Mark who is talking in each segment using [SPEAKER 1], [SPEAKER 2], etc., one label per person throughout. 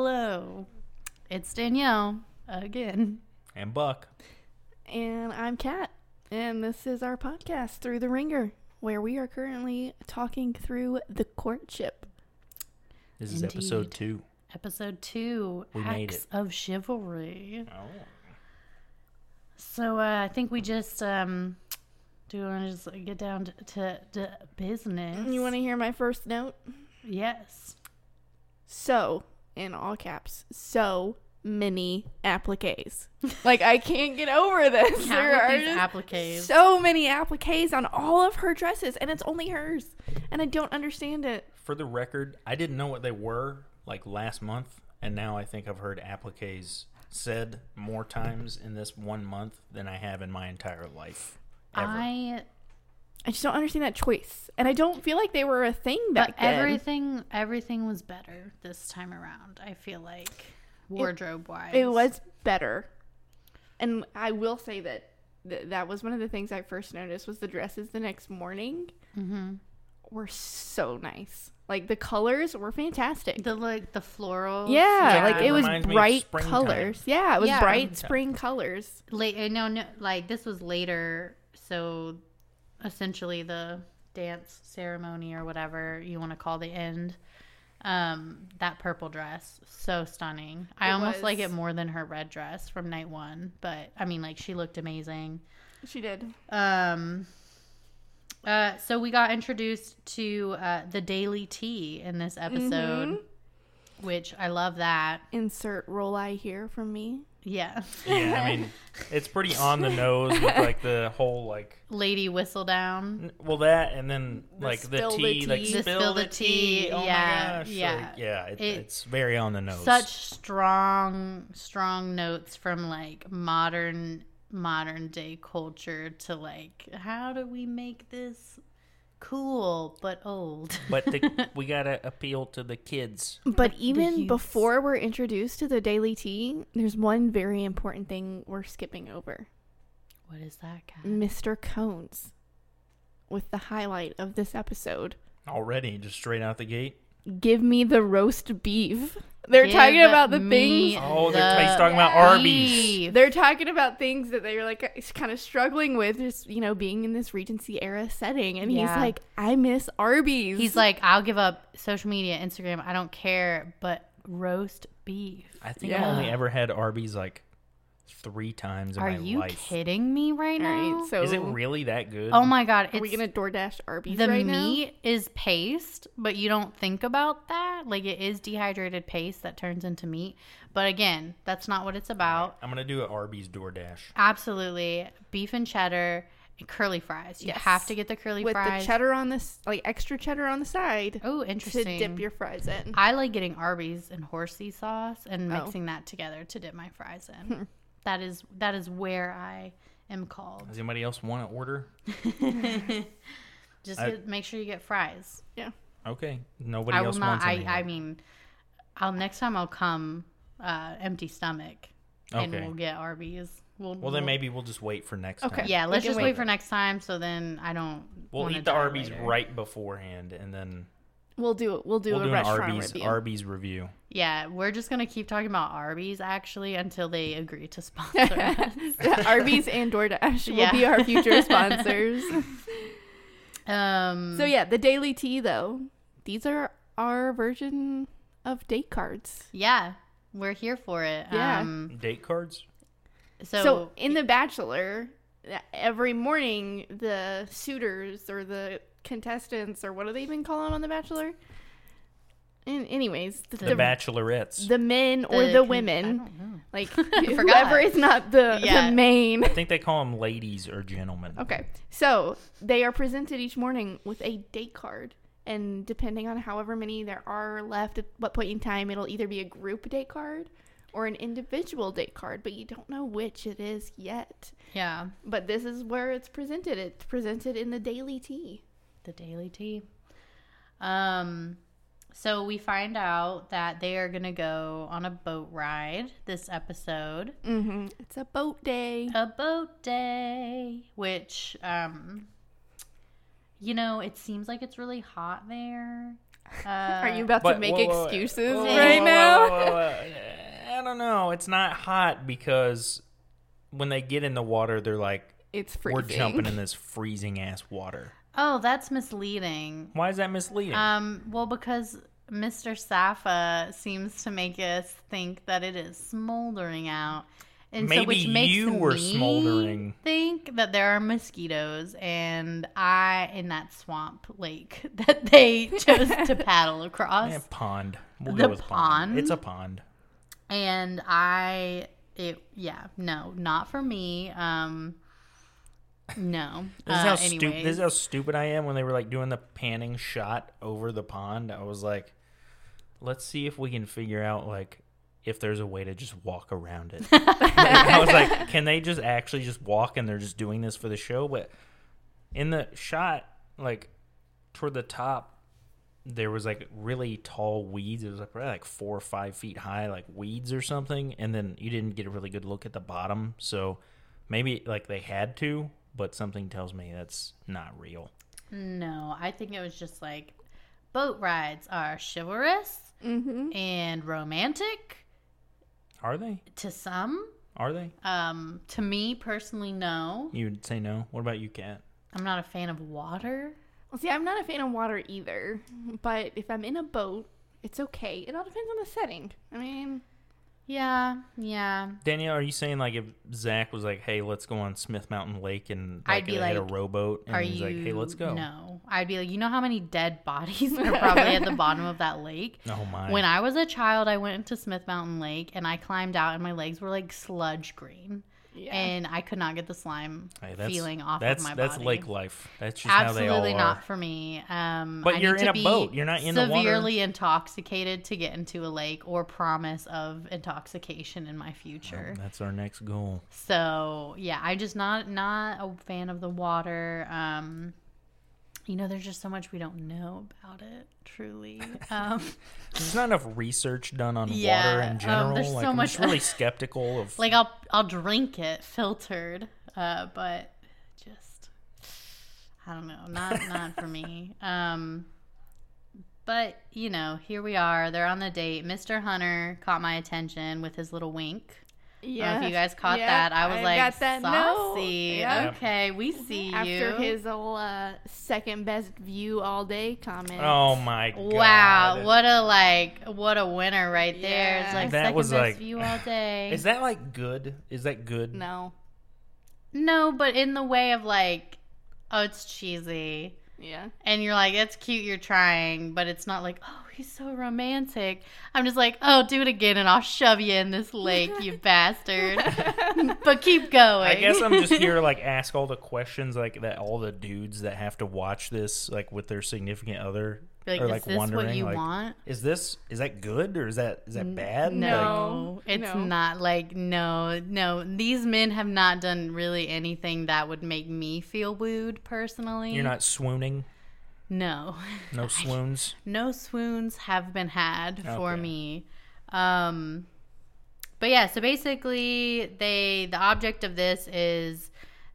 [SPEAKER 1] Hello. It's Danielle again.
[SPEAKER 2] And Buck.
[SPEAKER 3] And I'm Kat, and this is our podcast, Through the Ringer, where we are currently talking through the courtship.
[SPEAKER 2] This is episode two.
[SPEAKER 1] Episode two
[SPEAKER 2] We made
[SPEAKER 1] Acts of Chivalry.
[SPEAKER 2] Oh.
[SPEAKER 1] So uh, I think we just um, do want to just get down to, to, to business.
[SPEAKER 3] You want to hear my first note?
[SPEAKER 1] Yes.
[SPEAKER 3] So, in all caps, so many appliques. like, I can't get over this.
[SPEAKER 1] Count
[SPEAKER 3] There
[SPEAKER 1] with
[SPEAKER 3] are
[SPEAKER 1] these
[SPEAKER 3] just
[SPEAKER 1] appliques.
[SPEAKER 3] so many appliques on all of her dresses, and it's only hers. And I don't understand it.
[SPEAKER 2] For the record, I didn't know what they were like last month, and now I think I've heard appliques said more times in this one month than I have in my entire life. Ever.
[SPEAKER 1] I
[SPEAKER 3] I just don't understand that choice. And I don't feel like they were a thing
[SPEAKER 1] but
[SPEAKER 3] back then.
[SPEAKER 1] everything everything was better this time around. I feel like wardrobe wise.
[SPEAKER 3] It was better. And I will say that th- that was one of the things I first noticed was the dresses the next morning Mm-hmm. were so nice. Like the colors were fantastic.
[SPEAKER 1] the like the floral.
[SPEAKER 3] yeah,
[SPEAKER 2] Yeah,
[SPEAKER 3] like
[SPEAKER 2] it
[SPEAKER 3] it was
[SPEAKER 2] reminds me of
[SPEAKER 3] bright
[SPEAKER 2] springtime.
[SPEAKER 3] colors. Yeah, it was
[SPEAKER 1] Yeah.
[SPEAKER 3] bright spring colors.
[SPEAKER 1] late uh, no no like this was later so essentially the dance ceremony or whatever you want to call the end um that purple dress so stunning i
[SPEAKER 3] It
[SPEAKER 1] almost
[SPEAKER 3] was.
[SPEAKER 1] like it more than her red dress from night one but i mean like she looked amazing
[SPEAKER 3] She did.
[SPEAKER 1] um uh so we got introduced to uh the daily tea in this episode
[SPEAKER 3] Mm-hmm.
[SPEAKER 1] which i love that
[SPEAKER 3] Insert roll eye here from me.
[SPEAKER 1] yeah
[SPEAKER 2] yeah, I mean, it's pretty on the nose with like the whole like
[SPEAKER 1] lady whistle down
[SPEAKER 2] n- well that and then like the
[SPEAKER 3] spill the
[SPEAKER 2] tea, like
[SPEAKER 3] tea.
[SPEAKER 2] spill,
[SPEAKER 1] The spill
[SPEAKER 2] the
[SPEAKER 1] the
[SPEAKER 2] tea.
[SPEAKER 1] tea,
[SPEAKER 2] Oh
[SPEAKER 1] yeah,
[SPEAKER 2] my gosh.
[SPEAKER 1] yeah.
[SPEAKER 2] Like, yeah, it,
[SPEAKER 1] It-
[SPEAKER 2] it's very on the nose.
[SPEAKER 1] such strong strong notes from like modern modern day culture to like how do we make this cool but old
[SPEAKER 2] but the, we gotta appeal to the kids.
[SPEAKER 3] But
[SPEAKER 1] youths.
[SPEAKER 3] even before we're introduced to the daily tea, there's one very important thing we're skipping over.
[SPEAKER 1] what is that guy
[SPEAKER 3] Mr. Cones with the highlight of this episode.
[SPEAKER 2] Already, just straight out the gate.
[SPEAKER 3] Give me the roast beef. They're
[SPEAKER 1] Give
[SPEAKER 3] talking about the
[SPEAKER 1] me-
[SPEAKER 3] things.
[SPEAKER 2] Oh, they're
[SPEAKER 1] The-
[SPEAKER 2] he's talking about Arby's.
[SPEAKER 1] Eve.
[SPEAKER 3] They're talking about things that they're like kind of struggling with, just you know, being in this Regency era setting. And
[SPEAKER 1] Yeah.
[SPEAKER 3] he's like, I miss Arby's.
[SPEAKER 1] he's like i'll give up social media instagram i don't care but roast beef
[SPEAKER 2] I think
[SPEAKER 3] Yeah.
[SPEAKER 2] I only ever had Arby's like three times in
[SPEAKER 1] are
[SPEAKER 2] my
[SPEAKER 1] you
[SPEAKER 2] life.
[SPEAKER 1] kidding me right
[SPEAKER 3] all
[SPEAKER 1] now
[SPEAKER 3] right, so
[SPEAKER 2] Is it really that good?
[SPEAKER 1] oh my god
[SPEAKER 3] are we
[SPEAKER 1] it's
[SPEAKER 3] gonna DoorDash Arby's
[SPEAKER 1] the
[SPEAKER 3] right now?
[SPEAKER 1] meat is paste, but you don't think about that. Like it is dehydrated paste that turns into meat. But again, that's not what it's about.
[SPEAKER 2] I'm gonna do an Arby's DoorDash.
[SPEAKER 1] Absolutely, beef and cheddar, and curly fries. You
[SPEAKER 3] Yes.
[SPEAKER 1] have to get the curly
[SPEAKER 3] With
[SPEAKER 1] fries.
[SPEAKER 3] the cheddar on this, like extra cheddar on the side
[SPEAKER 1] oh,
[SPEAKER 3] to
[SPEAKER 1] interesting.
[SPEAKER 3] dip your fries in.
[SPEAKER 1] I like getting Arby's and horsey sauce and
[SPEAKER 3] Oh. Hmm.
[SPEAKER 1] mixing that together to dip my fries in. that is that is where I am called.
[SPEAKER 2] Does anybody else want to order?
[SPEAKER 1] Just
[SPEAKER 2] I-
[SPEAKER 1] get- make sure you get fries.
[SPEAKER 3] yeah.
[SPEAKER 2] Okay, nobody
[SPEAKER 1] I will
[SPEAKER 2] else
[SPEAKER 1] not.
[SPEAKER 2] wants
[SPEAKER 1] I,
[SPEAKER 2] anything.
[SPEAKER 1] I mean, I'll next time I'll come uh, empty stomach, and
[SPEAKER 2] Okay.
[SPEAKER 1] we'll get Arby's. We'll,
[SPEAKER 2] well, then maybe we'll just wait for next
[SPEAKER 3] Okay.
[SPEAKER 2] time.
[SPEAKER 1] yeah. Let's
[SPEAKER 3] can
[SPEAKER 1] just
[SPEAKER 3] wait.
[SPEAKER 1] wait for next time. So then I don't.
[SPEAKER 2] We'll
[SPEAKER 1] wanna
[SPEAKER 2] eat the
[SPEAKER 1] die
[SPEAKER 2] Arby's
[SPEAKER 1] later.
[SPEAKER 2] right beforehand, and then
[SPEAKER 3] We'll do we'll do
[SPEAKER 2] we'll
[SPEAKER 3] a
[SPEAKER 2] do an
[SPEAKER 3] restaurant
[SPEAKER 2] Arby's
[SPEAKER 3] review.
[SPEAKER 2] Arby's review.
[SPEAKER 1] Yeah, we're just gonna keep talking about Arby's actually until they agree to sponsor us.
[SPEAKER 3] Arby's and DoorDash
[SPEAKER 1] Yeah.
[SPEAKER 3] will be our future sponsors.
[SPEAKER 1] Um,
[SPEAKER 3] so yeah, the daily tea though. These are our version of date cards.
[SPEAKER 1] yeah, we're here for it.
[SPEAKER 3] Yeah.
[SPEAKER 1] Um,
[SPEAKER 2] Date cards.
[SPEAKER 1] so,
[SPEAKER 3] So, in The Bachelor, every morning the suitors or the contestants or what are they even calling on The Bachelor? And anyways, the,
[SPEAKER 2] The,
[SPEAKER 3] the,
[SPEAKER 2] Bachelorettes.
[SPEAKER 3] the men or
[SPEAKER 1] The
[SPEAKER 3] the,
[SPEAKER 1] con- I
[SPEAKER 3] women,
[SPEAKER 1] don't know.
[SPEAKER 3] like
[SPEAKER 1] forgot.
[SPEAKER 3] whoever is not the,
[SPEAKER 1] Yeah.
[SPEAKER 3] the main
[SPEAKER 2] I think they call them ladies or gentlemen.
[SPEAKER 3] Okay. So they are presented each morning with a date card. And depending on however many there are left at what point in time, it'll either be a group date card or an individual date card, but you don't know which it is yet.
[SPEAKER 1] yeah,
[SPEAKER 3] But this is where it's presented. It's presented in the daily tea.
[SPEAKER 1] the daily tea. Um, so we find out that they are gonna go on a boat ride this episode,
[SPEAKER 3] Mm-hmm. It's a boat day.
[SPEAKER 1] a boat day, which um, you know, it seems like it's really hot there. Uh,
[SPEAKER 3] Are you about
[SPEAKER 2] But-
[SPEAKER 3] to make
[SPEAKER 2] whoa, whoa, whoa.
[SPEAKER 3] excuses
[SPEAKER 2] Whoa, whoa,
[SPEAKER 3] right
[SPEAKER 2] whoa,
[SPEAKER 3] now?
[SPEAKER 2] whoa, whoa, it's not hot because when they get in the water, they're like,
[SPEAKER 3] It's freezing.
[SPEAKER 2] we're jumping in this freezing ass water.
[SPEAKER 1] Oh, that's misleading.
[SPEAKER 2] Why is that misleading?
[SPEAKER 3] Uh,
[SPEAKER 1] Um, well, because Mr. Safa seems to make us think that it is smoldering out, and so
[SPEAKER 2] Maybe
[SPEAKER 1] which makes
[SPEAKER 2] you were
[SPEAKER 1] me
[SPEAKER 2] smoldering.
[SPEAKER 1] Think that there are mosquitoes, and I in that swamp lake that they chose to paddle across,
[SPEAKER 2] Eh, pond. We'll
[SPEAKER 1] The
[SPEAKER 2] go with pond.
[SPEAKER 1] pond?
[SPEAKER 2] It's a pond.
[SPEAKER 1] and I it yeah no not for me um no
[SPEAKER 2] This is,
[SPEAKER 1] Uh,
[SPEAKER 2] how stu-
[SPEAKER 1] anyways.
[SPEAKER 2] this is how stupid I am when they were like doing the panning shot over the pond. I was like, let's see if we can figure out like if there's a way to just walk around it. I was like, can they just actually just walk and they're just doing this for the show? But in the shot, like toward the top, there was like really tall weeds. It was like probably like four or five feet high, like weeds or something. And then you didn't get a really good look at the bottom. So maybe like they had to, but something tells me that's not real.
[SPEAKER 1] No, I think it was just like boat rides are chivalrous
[SPEAKER 3] Mm-hmm.
[SPEAKER 1] and romantic
[SPEAKER 2] Are they?
[SPEAKER 1] to some.
[SPEAKER 2] Are they?
[SPEAKER 1] Um, to me personally, no.
[SPEAKER 2] You'd say no. What about you, Kat?
[SPEAKER 1] I'm not a fan of water.
[SPEAKER 3] Well, see, I'm not a fan of water either, but if I'm in a boat, it's okay. It all depends on the setting. I mean,
[SPEAKER 1] Yeah, yeah.
[SPEAKER 2] Danielle, are you saying like if Zach was like, "Hey, let's go on Smith Mountain Lake and like,
[SPEAKER 1] I'd be
[SPEAKER 2] they had a
[SPEAKER 1] like,
[SPEAKER 2] rowboat," and
[SPEAKER 1] are
[SPEAKER 2] he's
[SPEAKER 1] you?
[SPEAKER 2] like, "Hey, let's go."
[SPEAKER 1] No, I'd be like, you know how many dead bodies are probably at the bottom of that lake.
[SPEAKER 2] Oh my!
[SPEAKER 1] When I was a child, I went to Smith Mountain Lake and I climbed out, and my legs were like sludge green,
[SPEAKER 3] yeah.
[SPEAKER 1] and I could not get the slime
[SPEAKER 2] Hey,
[SPEAKER 1] feeling off
[SPEAKER 2] that's,
[SPEAKER 1] of my
[SPEAKER 2] that's
[SPEAKER 1] body.
[SPEAKER 2] lake life. That's just
[SPEAKER 1] Absolutely
[SPEAKER 2] how they all
[SPEAKER 1] not
[SPEAKER 2] are.
[SPEAKER 1] for me. Um,
[SPEAKER 2] But
[SPEAKER 1] I
[SPEAKER 2] you're
[SPEAKER 1] need
[SPEAKER 2] in
[SPEAKER 1] to
[SPEAKER 2] a
[SPEAKER 1] be
[SPEAKER 2] boat. You're not in the water.
[SPEAKER 1] severely intoxicated to get into a lake or promise of intoxication in my future.
[SPEAKER 2] That's our next goal.
[SPEAKER 1] So yeah, I just not not a fan of the water. Um, you know, there's just so much we don't know about it. Truly, um,
[SPEAKER 2] There's not enough research done on water
[SPEAKER 1] Yeah,
[SPEAKER 2] in
[SPEAKER 1] um,
[SPEAKER 2] general.
[SPEAKER 1] there's
[SPEAKER 2] like,
[SPEAKER 1] so
[SPEAKER 2] I'm
[SPEAKER 1] much-
[SPEAKER 2] just really skeptical of.
[SPEAKER 1] like I'll I'll drink it filtered, uh, but just I don't know, not not for me. Um, but you know, here we are. They're on the date. Mr. Hunter caught my attention with his little wink. I don't know if you
[SPEAKER 3] Yes.
[SPEAKER 1] guys caught
[SPEAKER 3] Yep,
[SPEAKER 1] that. I was like,
[SPEAKER 3] got that note.
[SPEAKER 1] saucy.
[SPEAKER 3] Yep. Mhm.
[SPEAKER 1] Okay, we see you.
[SPEAKER 3] After his little uh, second best view all day comment.
[SPEAKER 2] oh my god!
[SPEAKER 1] Wow, what a like, what a winner right there! It's
[SPEAKER 3] Yeah.
[SPEAKER 1] like
[SPEAKER 2] That
[SPEAKER 1] second
[SPEAKER 2] was,
[SPEAKER 1] best
[SPEAKER 2] like-
[SPEAKER 1] view all day.
[SPEAKER 2] Is that like good? Is that good?
[SPEAKER 3] No.
[SPEAKER 1] no, but in the way of like, oh, it's cheesy,
[SPEAKER 3] Yeah.
[SPEAKER 1] and you're like, it's cute, you're trying, but it's not like, oh, he's so romantic. I'm just like, oh, do it again, and I'll shove you in this lake, you bastard. but keep going.
[SPEAKER 2] I guess I'm just here like ask all the questions like that all the dudes that have to watch this like with their significant other
[SPEAKER 1] like,
[SPEAKER 2] are
[SPEAKER 1] is
[SPEAKER 2] like
[SPEAKER 1] this
[SPEAKER 2] wondering
[SPEAKER 1] what you
[SPEAKER 2] like
[SPEAKER 1] want?
[SPEAKER 2] is this is that good or is that is that bad? Like,
[SPEAKER 1] No,
[SPEAKER 3] No,
[SPEAKER 1] it's
[SPEAKER 3] no.
[SPEAKER 1] not like no, no. These men have not done really anything that would make me feel wooed personally.
[SPEAKER 2] you're not swooning.
[SPEAKER 1] No,
[SPEAKER 2] No swoons.
[SPEAKER 1] no swoons have been had for
[SPEAKER 2] Okay.
[SPEAKER 1] me. Um, but yeah, so basically, they the object of this is.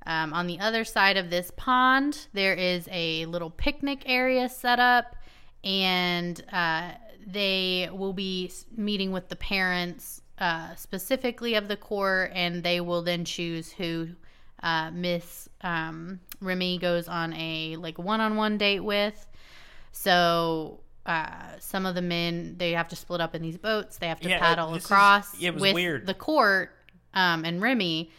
[SPEAKER 1] Um, on the other side of this pond, there is a little picnic area set up, and uh, they will be s- meeting with the parents uh, specifically of the court, and they will then choose who uh, Miss um, Remy goes on a like one-on-one date with. So. Uh, some of the men they have to split up in these boats. They have to
[SPEAKER 2] Yeah,
[SPEAKER 1] paddle
[SPEAKER 2] this is-
[SPEAKER 1] across
[SPEAKER 2] it was
[SPEAKER 1] with
[SPEAKER 2] weird.
[SPEAKER 1] the court um, and Remy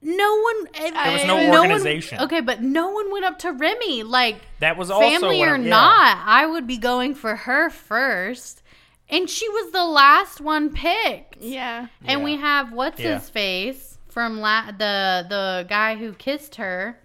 [SPEAKER 1] no one there
[SPEAKER 2] was no organization.
[SPEAKER 1] okay but no one went up to remy like
[SPEAKER 2] That was also
[SPEAKER 1] family
[SPEAKER 2] what
[SPEAKER 1] or
[SPEAKER 2] I'm- yeah.
[SPEAKER 1] not i would be going for her first and she was the last one picked
[SPEAKER 3] Yeah.
[SPEAKER 1] and
[SPEAKER 2] Yeah.
[SPEAKER 1] we have what's
[SPEAKER 2] Yeah.
[SPEAKER 1] his face from la- the the guy who kissed her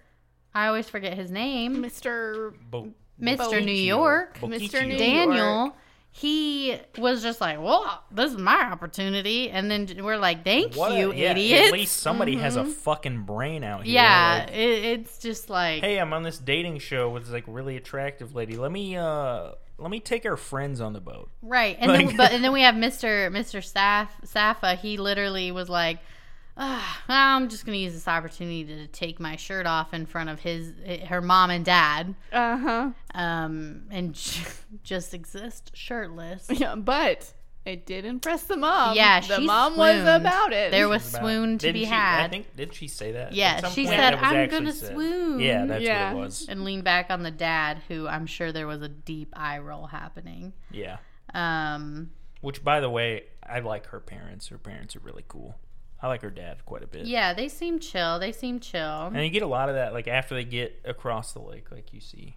[SPEAKER 1] i always forget his name
[SPEAKER 3] Mr.
[SPEAKER 2] Bo-
[SPEAKER 1] mr
[SPEAKER 2] Bokichio.
[SPEAKER 1] new york
[SPEAKER 3] Mr. New-
[SPEAKER 2] Bokichio.
[SPEAKER 1] Daniel, he was just like, "Well, this is my opportunity," and then we're like, "Thank
[SPEAKER 2] What?
[SPEAKER 1] you,
[SPEAKER 2] Yeah,
[SPEAKER 1] idiots."
[SPEAKER 2] At least somebody has a fucking brain out here.
[SPEAKER 1] yeah,
[SPEAKER 2] like,
[SPEAKER 1] it, it's just like,
[SPEAKER 2] hey, I'm on this dating show with this like really attractive lady. Let me uh let me take our friends on the boat.
[SPEAKER 1] right, and then,
[SPEAKER 2] like-
[SPEAKER 1] but and then we have Mister Mister Saf Safa. He literally was like. "Ah, I'm just gonna use this opportunity to take my shirt off in front of his her mom and dad, Uh-huh.
[SPEAKER 3] Uh huh.
[SPEAKER 1] um, and just exist shirtless.
[SPEAKER 3] Yeah, but It did impress the
[SPEAKER 2] Um,
[SPEAKER 3] mom.
[SPEAKER 1] Yeah,
[SPEAKER 3] the
[SPEAKER 1] she
[SPEAKER 3] mom was
[SPEAKER 1] swooned.
[SPEAKER 3] about it.
[SPEAKER 1] There was
[SPEAKER 2] About it.
[SPEAKER 1] swoon to
[SPEAKER 2] Didn't
[SPEAKER 1] be
[SPEAKER 2] she- I
[SPEAKER 1] had.
[SPEAKER 2] think did she say that?
[SPEAKER 1] Yeah,
[SPEAKER 2] At some
[SPEAKER 1] she
[SPEAKER 2] point,
[SPEAKER 1] said,
[SPEAKER 2] that was
[SPEAKER 1] "I'm
[SPEAKER 2] actually
[SPEAKER 1] gonna
[SPEAKER 2] said.
[SPEAKER 1] swoon."
[SPEAKER 2] Yeah, that's
[SPEAKER 3] Yeah.
[SPEAKER 2] what it was.
[SPEAKER 1] and lean back on the dad, who I'm sure there was a deep eye roll happening.
[SPEAKER 2] Yeah.
[SPEAKER 1] Um,
[SPEAKER 2] Which, by the way, I like her parents. Her parents are really cool. I like her dad quite a bit.
[SPEAKER 1] yeah, they seem chill. They seem chill.
[SPEAKER 2] And you get a lot of that, like after they get across the lake, like you see.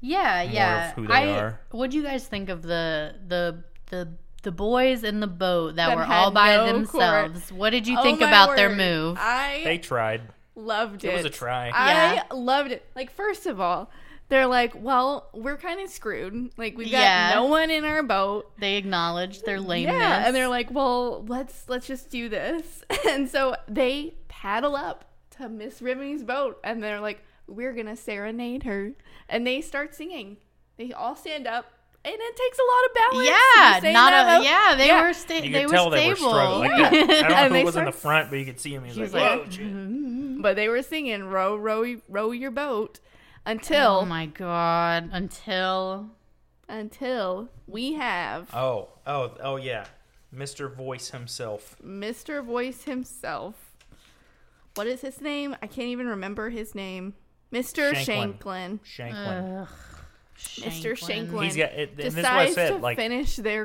[SPEAKER 1] Yeah,
[SPEAKER 2] more
[SPEAKER 1] yeah.
[SPEAKER 2] of who they
[SPEAKER 1] I,
[SPEAKER 2] are.
[SPEAKER 1] What do you guys think of the the the the boys in the boat that,
[SPEAKER 3] That
[SPEAKER 1] were
[SPEAKER 3] had
[SPEAKER 1] all by
[SPEAKER 3] no
[SPEAKER 1] themselves? What did you
[SPEAKER 3] Oh
[SPEAKER 1] think
[SPEAKER 3] my
[SPEAKER 1] about their
[SPEAKER 3] word.
[SPEAKER 1] move?
[SPEAKER 3] I
[SPEAKER 2] They tried.
[SPEAKER 3] loved it.
[SPEAKER 2] It was a try.
[SPEAKER 1] Yeah.
[SPEAKER 3] I loved it. Like, first of all, they're like, well, we're kind of screwed. Like, we've got
[SPEAKER 1] Yeah.
[SPEAKER 3] no one in our boat.
[SPEAKER 1] they acknowledged their lameness.
[SPEAKER 3] Yeah, and they're like, well, let's let's just do this. And so they paddle up to Miss Rivney's boat, and they're like, we're gonna serenade her, and they start singing. They all stand up, and it takes a lot of balance. to
[SPEAKER 1] yeah,
[SPEAKER 3] stay
[SPEAKER 1] not
[SPEAKER 3] in that
[SPEAKER 1] a
[SPEAKER 3] boat.
[SPEAKER 1] yeah. They
[SPEAKER 3] Yeah.
[SPEAKER 1] were sta-
[SPEAKER 2] You
[SPEAKER 1] they
[SPEAKER 2] could
[SPEAKER 1] were stable.
[SPEAKER 2] tell they were struggling. Like, I
[SPEAKER 3] Yeah.
[SPEAKER 2] don't know
[SPEAKER 3] And
[SPEAKER 2] who
[SPEAKER 3] they
[SPEAKER 2] was in the
[SPEAKER 3] start-
[SPEAKER 2] front, but you could see him. He was
[SPEAKER 1] He was
[SPEAKER 2] like,
[SPEAKER 1] like, "Mm-hmm."
[SPEAKER 2] "Whoa, shit."
[SPEAKER 3] But they were singing row, row, row your boat until
[SPEAKER 1] Oh my god! Until Oh.
[SPEAKER 3] until we have
[SPEAKER 2] Oh, oh, oh, yeah. Mr. Voice himself.
[SPEAKER 3] Mr. Voice himself. What is his name? I can't even remember his name. Mr. Shanklin.
[SPEAKER 2] Shanklin. Shanklin.
[SPEAKER 1] Ugh,
[SPEAKER 3] Mr. Shanklin.
[SPEAKER 2] He's got, it, and this is what I
[SPEAKER 3] decides to
[SPEAKER 2] said. Like,
[SPEAKER 3] finish their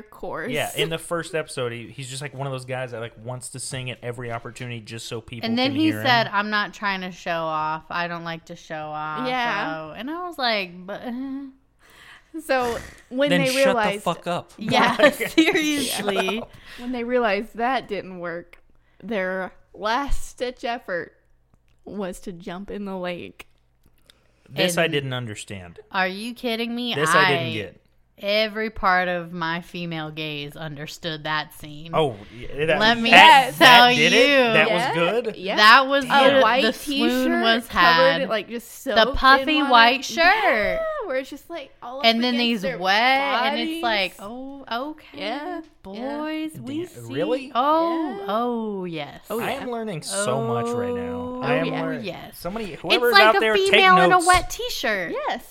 [SPEAKER 3] course.
[SPEAKER 2] yeah, in the first episode, he, he's just like one of those guys that like wants to sing at every opportunity just so people.
[SPEAKER 1] And then
[SPEAKER 2] can
[SPEAKER 1] he
[SPEAKER 2] hear him.
[SPEAKER 1] said, "I'm not trying to show off. I don't like to show off."
[SPEAKER 3] Yeah.
[SPEAKER 1] oh." and I was like, "But
[SPEAKER 3] so when
[SPEAKER 2] "Then
[SPEAKER 3] they
[SPEAKER 2] shut
[SPEAKER 3] realized
[SPEAKER 2] the fuck up."
[SPEAKER 1] yeah, seriously."
[SPEAKER 3] when they realized that didn't work, their last stitch effort was to jump in the lake.
[SPEAKER 2] This I
[SPEAKER 1] And-
[SPEAKER 2] didn't understand.
[SPEAKER 1] Are you kidding me?
[SPEAKER 2] This I, didn't get.
[SPEAKER 1] Every part of my female gaze understood that scene.
[SPEAKER 2] Oh, yeah, that,
[SPEAKER 1] Let me
[SPEAKER 2] that,
[SPEAKER 1] tell
[SPEAKER 2] that did
[SPEAKER 1] you.
[SPEAKER 2] It. That
[SPEAKER 3] Yeah.
[SPEAKER 2] was good.
[SPEAKER 3] Yeah.
[SPEAKER 1] That was
[SPEAKER 3] a
[SPEAKER 1] the,
[SPEAKER 3] white
[SPEAKER 1] the swoon
[SPEAKER 3] t-shirt
[SPEAKER 1] was
[SPEAKER 3] covered,
[SPEAKER 1] had.
[SPEAKER 3] like just
[SPEAKER 1] the
[SPEAKER 3] soaked in
[SPEAKER 1] puffy
[SPEAKER 3] water.
[SPEAKER 1] white
[SPEAKER 3] Yeah,
[SPEAKER 1] shirt.
[SPEAKER 3] where it's just like all up
[SPEAKER 1] and then
[SPEAKER 3] against
[SPEAKER 1] these
[SPEAKER 3] their
[SPEAKER 1] wet, and it's like,
[SPEAKER 3] bodies.
[SPEAKER 1] oh, okay,
[SPEAKER 3] Yeah,
[SPEAKER 1] boys, we
[SPEAKER 2] Damn,
[SPEAKER 1] see.
[SPEAKER 2] really?
[SPEAKER 1] Oh,
[SPEAKER 3] Yeah.
[SPEAKER 1] oh, yes.
[SPEAKER 3] Oh,
[SPEAKER 2] I am learning so much right now.
[SPEAKER 1] Oh,
[SPEAKER 2] I am
[SPEAKER 3] yeah.
[SPEAKER 2] learning.
[SPEAKER 1] yes.
[SPEAKER 2] Somebody,
[SPEAKER 1] it's
[SPEAKER 2] whoever's
[SPEAKER 1] like
[SPEAKER 2] out
[SPEAKER 1] a
[SPEAKER 2] there, take
[SPEAKER 1] female in a
[SPEAKER 2] notes.
[SPEAKER 1] wet T-shirt.
[SPEAKER 3] yes.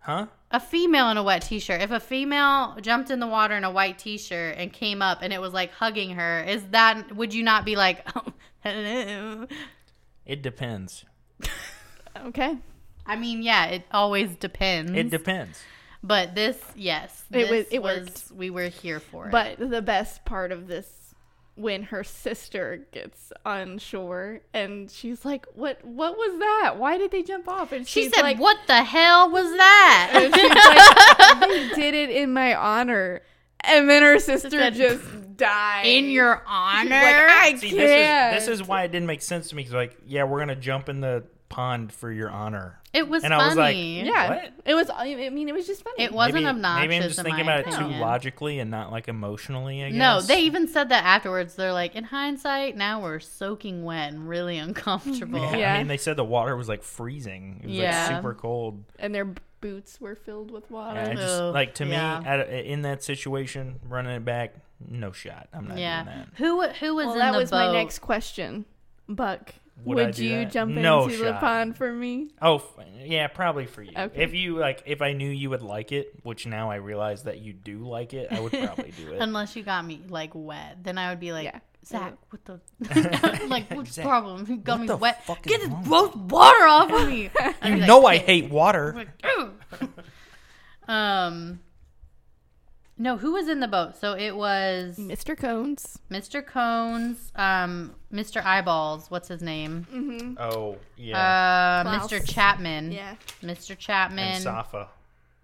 [SPEAKER 2] Huh?
[SPEAKER 1] A female in a wet T-shirt. If a female jumped in the water in a white T-shirt and came up and it was like hugging her, is that? Would you not be like, oh, hello?
[SPEAKER 2] It depends.
[SPEAKER 3] Okay.
[SPEAKER 1] I mean, yeah, it always depends.
[SPEAKER 2] It depends.
[SPEAKER 1] but this, yes,
[SPEAKER 3] It was-
[SPEAKER 1] this
[SPEAKER 3] it
[SPEAKER 1] We were here for it.
[SPEAKER 3] But the best part of this when her sister gets on shore and she's like, "What? What was that? Why did they jump off?" And
[SPEAKER 1] she
[SPEAKER 3] she's
[SPEAKER 1] said,
[SPEAKER 3] like,
[SPEAKER 1] "What the hell was that?"
[SPEAKER 3] And she's like, "They did it in my honor." And then her sister
[SPEAKER 1] said,
[SPEAKER 3] just died
[SPEAKER 1] in your honor.
[SPEAKER 3] I
[SPEAKER 2] See,
[SPEAKER 3] can't.
[SPEAKER 2] this is this is why it didn't make sense to me. 'cause, like, yeah, we're gonna jump in the pond for your honor.
[SPEAKER 1] it was
[SPEAKER 2] and I was like,
[SPEAKER 1] funny.
[SPEAKER 3] yeah.
[SPEAKER 2] What?
[SPEAKER 3] It was. I mean, it was just funny.
[SPEAKER 1] It wasn't
[SPEAKER 2] maybe,
[SPEAKER 1] obnoxious.
[SPEAKER 2] Maybe I'm just
[SPEAKER 1] in
[SPEAKER 2] thinking
[SPEAKER 1] my
[SPEAKER 2] about it too
[SPEAKER 1] opinion.
[SPEAKER 2] logically and not like emotionally. I guess.
[SPEAKER 1] No, they even said that afterwards. They're like, in hindsight, now we're soaking wet and really uncomfortable.
[SPEAKER 2] Yeah,
[SPEAKER 3] Yeah.
[SPEAKER 2] I mean, they said the water was like freezing. It was
[SPEAKER 1] Yeah.
[SPEAKER 2] like super cold.
[SPEAKER 3] and their boots were filled with water.
[SPEAKER 2] And I just
[SPEAKER 1] Ugh,
[SPEAKER 2] like to
[SPEAKER 1] yeah.
[SPEAKER 2] me, at, in that situation, running it back, no shot. I'm not
[SPEAKER 1] Yeah.
[SPEAKER 2] doing that.
[SPEAKER 1] Who who was
[SPEAKER 3] well,
[SPEAKER 1] in
[SPEAKER 3] that
[SPEAKER 1] the
[SPEAKER 3] was
[SPEAKER 1] boat?
[SPEAKER 3] my next question, Buck.
[SPEAKER 2] Would
[SPEAKER 3] Would,
[SPEAKER 2] I do
[SPEAKER 3] you
[SPEAKER 2] that?
[SPEAKER 3] jump
[SPEAKER 2] No
[SPEAKER 3] into the
[SPEAKER 2] shot.
[SPEAKER 3] pond for me?
[SPEAKER 2] Oh, f- yeah, probably for you.
[SPEAKER 3] Okay.
[SPEAKER 2] If you like, if I knew you would like it, which now I realize that you do like it, I would probably do it.
[SPEAKER 1] Unless you got me like wet, then I would be like,
[SPEAKER 3] Yeah.
[SPEAKER 1] Zach, what the like? What's the
[SPEAKER 2] Zach,
[SPEAKER 1] problem? You got
[SPEAKER 2] what
[SPEAKER 1] me
[SPEAKER 2] the
[SPEAKER 1] wet.
[SPEAKER 2] fuck is
[SPEAKER 1] Get this
[SPEAKER 2] wrong with
[SPEAKER 1] gross water off of me. I'd
[SPEAKER 2] you
[SPEAKER 1] be like,
[SPEAKER 2] know I hate water.
[SPEAKER 1] "Ew." um. No, who was in the boat? So it was
[SPEAKER 3] Mr. Cones.
[SPEAKER 1] Mr. Cones, um, Mr. Eyeballs. What's his name?
[SPEAKER 2] Oh yeah,
[SPEAKER 1] Uh,
[SPEAKER 3] Mm. Klaus.
[SPEAKER 1] Mr. Chapman.
[SPEAKER 3] Yeah.
[SPEAKER 1] Mr.
[SPEAKER 2] and
[SPEAKER 1] Chapman.
[SPEAKER 2] Safa.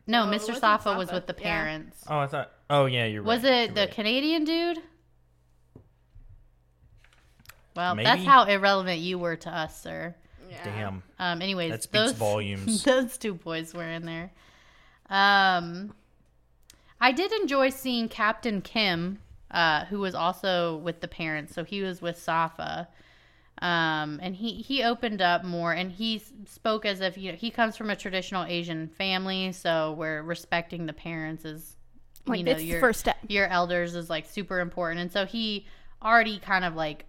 [SPEAKER 1] No,
[SPEAKER 3] No, it
[SPEAKER 1] Mr.
[SPEAKER 3] wasn't
[SPEAKER 1] Safa was
[SPEAKER 3] Safa.
[SPEAKER 1] with the
[SPEAKER 3] Yeah.
[SPEAKER 1] parents.
[SPEAKER 2] Oh, I thought. Oh yeah, you're
[SPEAKER 1] Was
[SPEAKER 2] right.
[SPEAKER 1] it
[SPEAKER 2] You're
[SPEAKER 1] the
[SPEAKER 2] right.
[SPEAKER 1] Canadian dude? Well, that's
[SPEAKER 2] Maybe.
[SPEAKER 1] how irrelevant you were to us, sir.
[SPEAKER 2] Damn,
[SPEAKER 1] Um, anyways,
[SPEAKER 2] that speaks
[SPEAKER 1] those
[SPEAKER 2] volumes.
[SPEAKER 1] those two boys were in there. Um, I did enjoy seeing Captain Kim, uh, who was also with the parents. So he was with Safa. Um, and he, he opened up more and he s- spoke as if, you know, he comes from a traditional Asian family. So we're respecting the parents as,
[SPEAKER 3] Like
[SPEAKER 1] you know,
[SPEAKER 3] it's the
[SPEAKER 1] your-
[SPEAKER 3] first step.
[SPEAKER 1] your elders is like super important. And so he already kind of like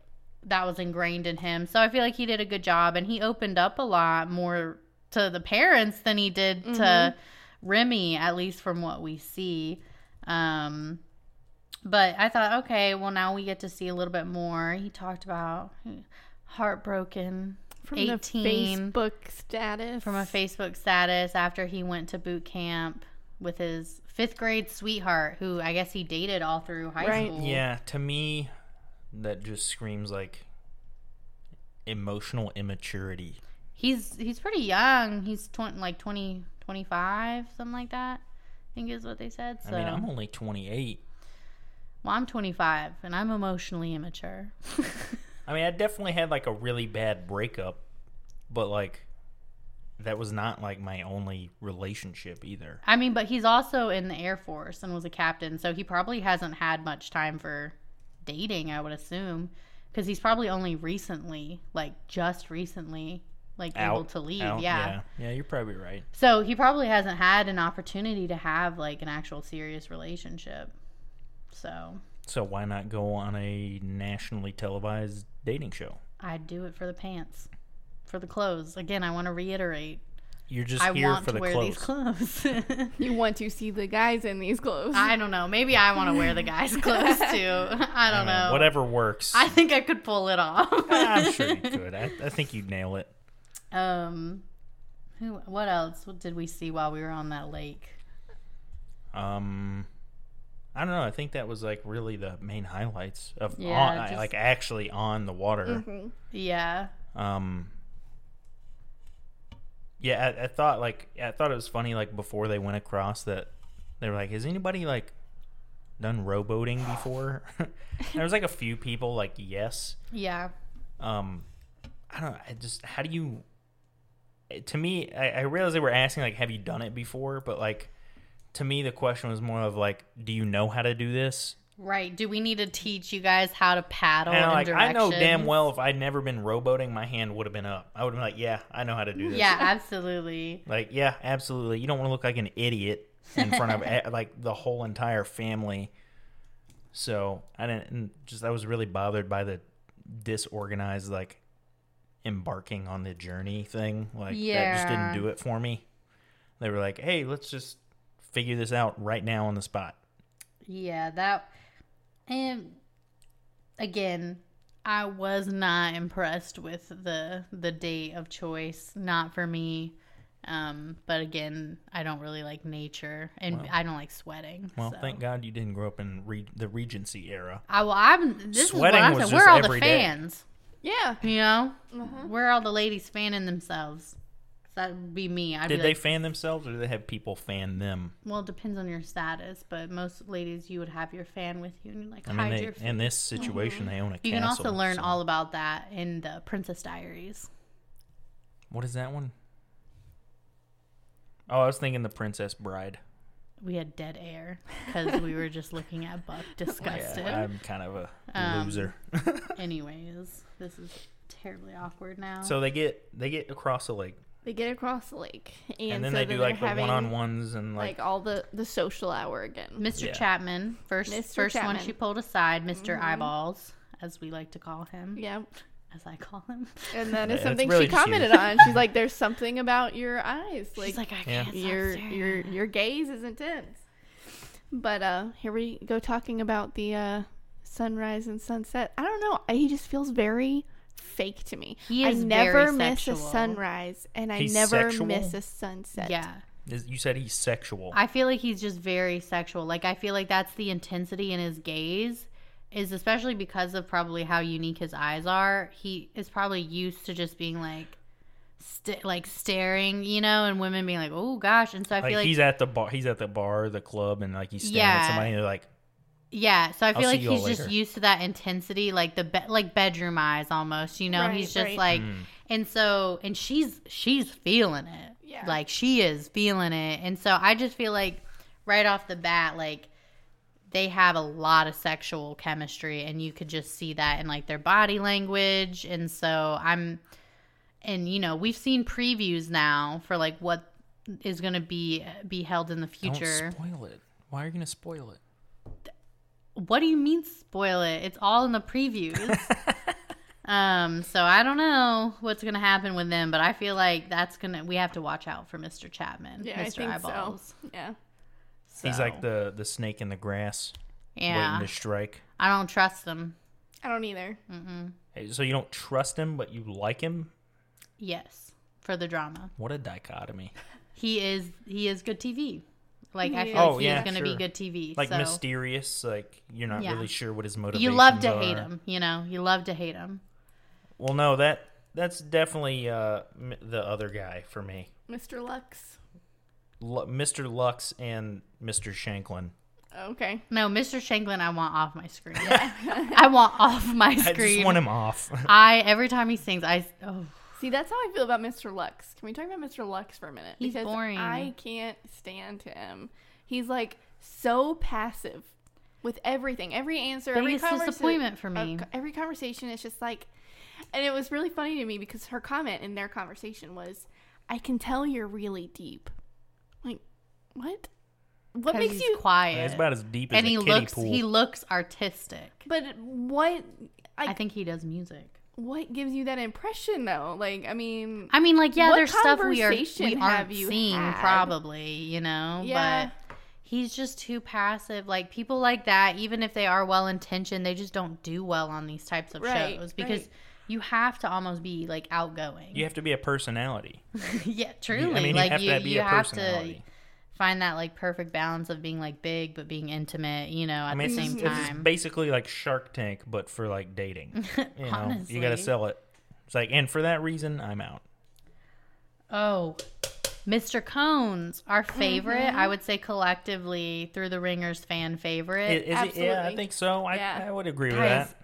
[SPEAKER 1] that was ingrained in him. So I feel like he did a good job and he opened up a lot more to the parents than he did
[SPEAKER 3] Mm-hmm.
[SPEAKER 1] to Remy, at least from what we see. Um But I thought, okay, well, now we get to see a little bit more. He talked about hmm, heartbroken
[SPEAKER 3] From
[SPEAKER 1] 18.
[SPEAKER 3] the Facebook status.
[SPEAKER 1] from a Facebook status after he went to boot camp with his fifth grade sweetheart, who I guess he dated all through high
[SPEAKER 3] Right.
[SPEAKER 1] school.
[SPEAKER 2] Yeah, to me, that just screams like emotional immaturity.
[SPEAKER 1] He's he's pretty young. He's 20, like 20, 25, something like that. I think is what they said. So
[SPEAKER 2] I mean, I'm only 28.
[SPEAKER 1] well, I'm 25 and I'm emotionally immature.
[SPEAKER 2] I mean, I definitely had like a really bad breakup, but like that was not like my only relationship either.
[SPEAKER 1] I mean, but he's also in the Air Force and was a captain, so he probably hasn't had much time for dating, I would assume, because he's probably only recently, like just recently, like able
[SPEAKER 2] Out
[SPEAKER 1] to leave.
[SPEAKER 2] out,
[SPEAKER 1] yeah.
[SPEAKER 2] yeah, yeah. You're probably right.
[SPEAKER 1] So he probably hasn't had an opportunity to have like an actual serious relationship. So
[SPEAKER 2] So why not go on a nationally televised dating show?
[SPEAKER 1] I'd do it for the pants, for the clothes. Again, I want to reiterate,
[SPEAKER 2] You're just
[SPEAKER 1] I
[SPEAKER 2] here
[SPEAKER 1] want
[SPEAKER 2] for
[SPEAKER 1] to
[SPEAKER 2] the
[SPEAKER 1] wear
[SPEAKER 2] clothes.
[SPEAKER 1] these clothes.
[SPEAKER 3] you want to see the guys in these clothes.
[SPEAKER 1] I don't know. Maybe I want to wear the guy's clothes too. I
[SPEAKER 2] I
[SPEAKER 1] don't
[SPEAKER 2] don't know,
[SPEAKER 1] know.
[SPEAKER 2] Whatever Ah. works.
[SPEAKER 1] I think I could pull it off.
[SPEAKER 2] I'm sure you could. I, I think you'd nail it.
[SPEAKER 1] Um, who? What else did we see while we were on that lake?
[SPEAKER 2] Um, I don't know. I think that was like really the main highlights of
[SPEAKER 1] Yeah,
[SPEAKER 2] on, I-
[SPEAKER 1] just- Mm-hmm.
[SPEAKER 2] like actually on the water.
[SPEAKER 3] Mhm.
[SPEAKER 1] Yeah,
[SPEAKER 2] Um, yeah, I, I thought like I thought it was funny like before they went across that they were like, has anybody like done rowboating before? there was like a few people like yes.
[SPEAKER 1] yeah.
[SPEAKER 2] Um, I don't. I just how do you? To me, I, I realized they were asking like, have you done it before? But like, to me, the question was more of like, do you know how to do this?
[SPEAKER 1] Right. Do we need to teach you guys how to paddle?
[SPEAKER 2] And
[SPEAKER 1] And
[SPEAKER 2] I'm like, I know damn
[SPEAKER 1] directions?
[SPEAKER 2] well if I'd never been rowboating, my hand would have been up. I would have been like, yeah, I know how to do this.
[SPEAKER 1] Yeah, absolutely.
[SPEAKER 2] Like, yeah, absolutely. You don't want to look like an idiot in front of eh, like the whole entire family. So I didn't and just. I was really bothered by the disorganized like embarking on the journey thing. Like that just
[SPEAKER 1] Yeah.
[SPEAKER 2] didn't do it for me. They were like, "Hey, let's just figure this out right now on the spot."
[SPEAKER 1] Yeah, that. And again, I was not impressed with the the date of choice. Not for me. Um, but again, I don't really like nature, and I don't like sweating.
[SPEAKER 2] Well,
[SPEAKER 1] so.
[SPEAKER 2] thank God you didn't grow up in re- the Regency era.
[SPEAKER 1] I well, I'm. This is
[SPEAKER 2] Sweating
[SPEAKER 1] what I'm
[SPEAKER 2] was
[SPEAKER 1] saying.
[SPEAKER 2] just
[SPEAKER 1] We're all the
[SPEAKER 2] every day.
[SPEAKER 1] fans.
[SPEAKER 3] Yeah.
[SPEAKER 1] You know,
[SPEAKER 3] Mhm.
[SPEAKER 1] where are all the ladies fanning themselves? That would be me. I'd
[SPEAKER 2] Did
[SPEAKER 1] be
[SPEAKER 2] they
[SPEAKER 1] like,
[SPEAKER 2] fan themselves, or did they have people fan them?
[SPEAKER 1] well, it depends on your status, but most ladies you would have your fan with you and you like
[SPEAKER 2] I mean,
[SPEAKER 1] hide
[SPEAKER 2] they,
[SPEAKER 1] your. Fan.
[SPEAKER 2] in this situation, they own a
[SPEAKER 1] You
[SPEAKER 2] castle.
[SPEAKER 1] can also learn
[SPEAKER 2] so-
[SPEAKER 1] all about that in the Princess Diaries.
[SPEAKER 2] What is that one? Oh, I was thinking the Princess Bride.
[SPEAKER 1] We had dead air because we were just looking at
[SPEAKER 2] Oh,
[SPEAKER 1] Buck disgusted.
[SPEAKER 2] I'm kind of a
[SPEAKER 1] Um,
[SPEAKER 2] loser.
[SPEAKER 1] Anyways, this is terribly awkward now.
[SPEAKER 2] So they get they get across the lake,
[SPEAKER 3] They get across the lake, and,
[SPEAKER 2] and, then
[SPEAKER 3] so
[SPEAKER 2] they
[SPEAKER 3] then
[SPEAKER 2] do like the
[SPEAKER 3] they're having
[SPEAKER 2] one on ones and
[SPEAKER 3] like
[SPEAKER 2] like,
[SPEAKER 3] all the the social hour again.
[SPEAKER 1] Mr.
[SPEAKER 2] Yeah.
[SPEAKER 1] Chapman, first
[SPEAKER 3] Mr.
[SPEAKER 1] first one
[SPEAKER 3] Chapman. Mm-hmm.
[SPEAKER 1] she pulled aside, mister Eyeballs, as we like to call him,
[SPEAKER 3] Yeah,
[SPEAKER 1] as I call him.
[SPEAKER 3] and that is
[SPEAKER 2] Yeah, that's
[SPEAKER 3] something
[SPEAKER 2] really
[SPEAKER 3] she
[SPEAKER 2] just you.
[SPEAKER 3] commented on. She's like, "There's something about your eyes, like,
[SPEAKER 1] She's like, I
[SPEAKER 2] Yeah.
[SPEAKER 1] can't.
[SPEAKER 3] your
[SPEAKER 1] stop
[SPEAKER 3] your
[SPEAKER 1] staring."
[SPEAKER 3] your gaze is intense." But uh, here we go talking about the uh, sunrise and sunset. I don't know. I- He just feels very fake to me.
[SPEAKER 1] He
[SPEAKER 3] I
[SPEAKER 1] is
[SPEAKER 3] never
[SPEAKER 1] very
[SPEAKER 3] miss
[SPEAKER 1] sexual.
[SPEAKER 3] a sunrise, and I
[SPEAKER 2] He's
[SPEAKER 3] never
[SPEAKER 2] sexual?
[SPEAKER 3] miss a sunset.
[SPEAKER 1] Yeah.
[SPEAKER 2] is- you said he's sexual.
[SPEAKER 1] I feel like he's just very sexual. Like I feel like that's the intensity in his gaze is especially because of probably how unique his eyes are. He is probably used to just being like st- like staring, you know, and women being like, "Oh gosh." And so I
[SPEAKER 2] like,
[SPEAKER 1] feel like
[SPEAKER 2] he's at the bar, he's at the bar, the club, and like he's staring
[SPEAKER 1] Yeah.
[SPEAKER 2] at somebody. And they're like,
[SPEAKER 1] yeah, so I feel
[SPEAKER 2] see
[SPEAKER 1] like
[SPEAKER 2] you all
[SPEAKER 1] he's just
[SPEAKER 2] later.
[SPEAKER 1] used to that intensity, like the be- like bedroom eyes almost, you know.
[SPEAKER 3] Right,
[SPEAKER 1] he's just
[SPEAKER 3] right.
[SPEAKER 1] like
[SPEAKER 2] Mm.
[SPEAKER 1] and so and she's she's feeling it.
[SPEAKER 3] Yeah.
[SPEAKER 1] Like she is feeling it. And so I just feel like right off the bat like they have a lot of sexual chemistry and you could just see that in like their body language and so i'm and you know we've seen previews now for like what is going to be be held in the future
[SPEAKER 2] "Don't spoil it. Why are you gonna spoil it?"
[SPEAKER 1] what do you mean spoil it it's all in the previews um so i don't know what's going to happen with them but i feel like that's going to we have to watch out for mr chapman
[SPEAKER 3] yeah,
[SPEAKER 1] mr
[SPEAKER 3] I think
[SPEAKER 1] eyeballs
[SPEAKER 3] so. Yeah,
[SPEAKER 1] so.
[SPEAKER 2] He's like the the snake in the grass.
[SPEAKER 1] Yeah.
[SPEAKER 2] waiting to strike.
[SPEAKER 1] I don't trust them.
[SPEAKER 3] I don't either.
[SPEAKER 1] Mm-mm.
[SPEAKER 2] Hey, So you don't trust him, but you like him.
[SPEAKER 1] Yes, for the drama.
[SPEAKER 2] What a dichotomy!
[SPEAKER 1] He is he is good TV. Like I feel
[SPEAKER 3] Yeah.
[SPEAKER 1] like
[SPEAKER 2] Oh,
[SPEAKER 1] he's
[SPEAKER 2] yeah,
[SPEAKER 1] gonna be
[SPEAKER 2] sure.
[SPEAKER 1] good TV.
[SPEAKER 2] Like
[SPEAKER 1] so
[SPEAKER 2] mysterious, like you're not
[SPEAKER 1] Yeah.
[SPEAKER 2] really sure what his motivations
[SPEAKER 1] you love to
[SPEAKER 2] are.
[SPEAKER 1] hate him. You know, you love to hate him.
[SPEAKER 2] Well, no, that that's definitely uh, m- the other guy for me,
[SPEAKER 3] Mr. Lux.
[SPEAKER 2] Lu Mr. Lux and Mr. Shanklin.
[SPEAKER 3] Okay.
[SPEAKER 1] No, Mr. Shanklin, I want off my screen. I want off my
[SPEAKER 2] I
[SPEAKER 1] screen.
[SPEAKER 2] just want him off.
[SPEAKER 1] I every time he sings, I oh
[SPEAKER 3] See, that's how I feel about Mr. Lux. Can we talk about Mr. Lux for a minute?
[SPEAKER 1] He's
[SPEAKER 3] because
[SPEAKER 1] boring.
[SPEAKER 3] I can't stand him. He's like so passive with everything. Every answer, every
[SPEAKER 1] biggest
[SPEAKER 3] conversa-
[SPEAKER 1] disappointment for
[SPEAKER 3] uh,
[SPEAKER 1] me.
[SPEAKER 3] Every conversation is just like and it was really funny to me because her comment in their conversation was, "I can tell you're really deep." Like, what? What
[SPEAKER 1] 'cause
[SPEAKER 3] makes
[SPEAKER 1] he's
[SPEAKER 3] you
[SPEAKER 1] quiet.
[SPEAKER 2] It's about as deep as
[SPEAKER 1] and
[SPEAKER 2] a
[SPEAKER 1] he
[SPEAKER 2] kiddie
[SPEAKER 1] looks
[SPEAKER 2] pool.
[SPEAKER 1] he looks artistic.
[SPEAKER 3] But what like,
[SPEAKER 1] I think he does music.
[SPEAKER 3] what gives you that impression though? Like, I mean,
[SPEAKER 1] I mean, like, yeah,
[SPEAKER 3] What
[SPEAKER 1] there's stuff we are we
[SPEAKER 3] conversation
[SPEAKER 1] aren't
[SPEAKER 3] have you
[SPEAKER 1] seeing,
[SPEAKER 3] had?
[SPEAKER 1] probably, you know.
[SPEAKER 3] Yeah.
[SPEAKER 1] But he's just too passive. Like people like that, even if they are well intentioned, they just don't do well on these types of
[SPEAKER 3] Right,
[SPEAKER 1] shows because
[SPEAKER 3] right.
[SPEAKER 1] you have to almost be like outgoing.
[SPEAKER 2] you have to be a personality.
[SPEAKER 1] yeah,
[SPEAKER 2] You-
[SPEAKER 1] truly.
[SPEAKER 2] I mean,
[SPEAKER 1] like
[SPEAKER 2] you
[SPEAKER 1] you,
[SPEAKER 2] have to be
[SPEAKER 1] you
[SPEAKER 2] a
[SPEAKER 1] have to
[SPEAKER 2] personality.
[SPEAKER 1] find that like perfect balance of being like big but being intimate, you know, at
[SPEAKER 2] I mean,
[SPEAKER 1] the
[SPEAKER 2] it's,
[SPEAKER 1] same
[SPEAKER 2] just, it's just
[SPEAKER 1] time.
[SPEAKER 2] basically like Shark Tank, but for like dating. You know, you got
[SPEAKER 1] Honestly.
[SPEAKER 2] to sell it. It's like, and for that reason, I'm out.
[SPEAKER 1] Oh, Mr. Cones, our favorite, I would say collectively through the Ringers fan favorite.
[SPEAKER 2] I- Is, it? Yeah, I
[SPEAKER 3] absolutely.
[SPEAKER 2] think so. I,
[SPEAKER 3] Yeah.
[SPEAKER 2] I would agree with
[SPEAKER 1] Guys,
[SPEAKER 2] that.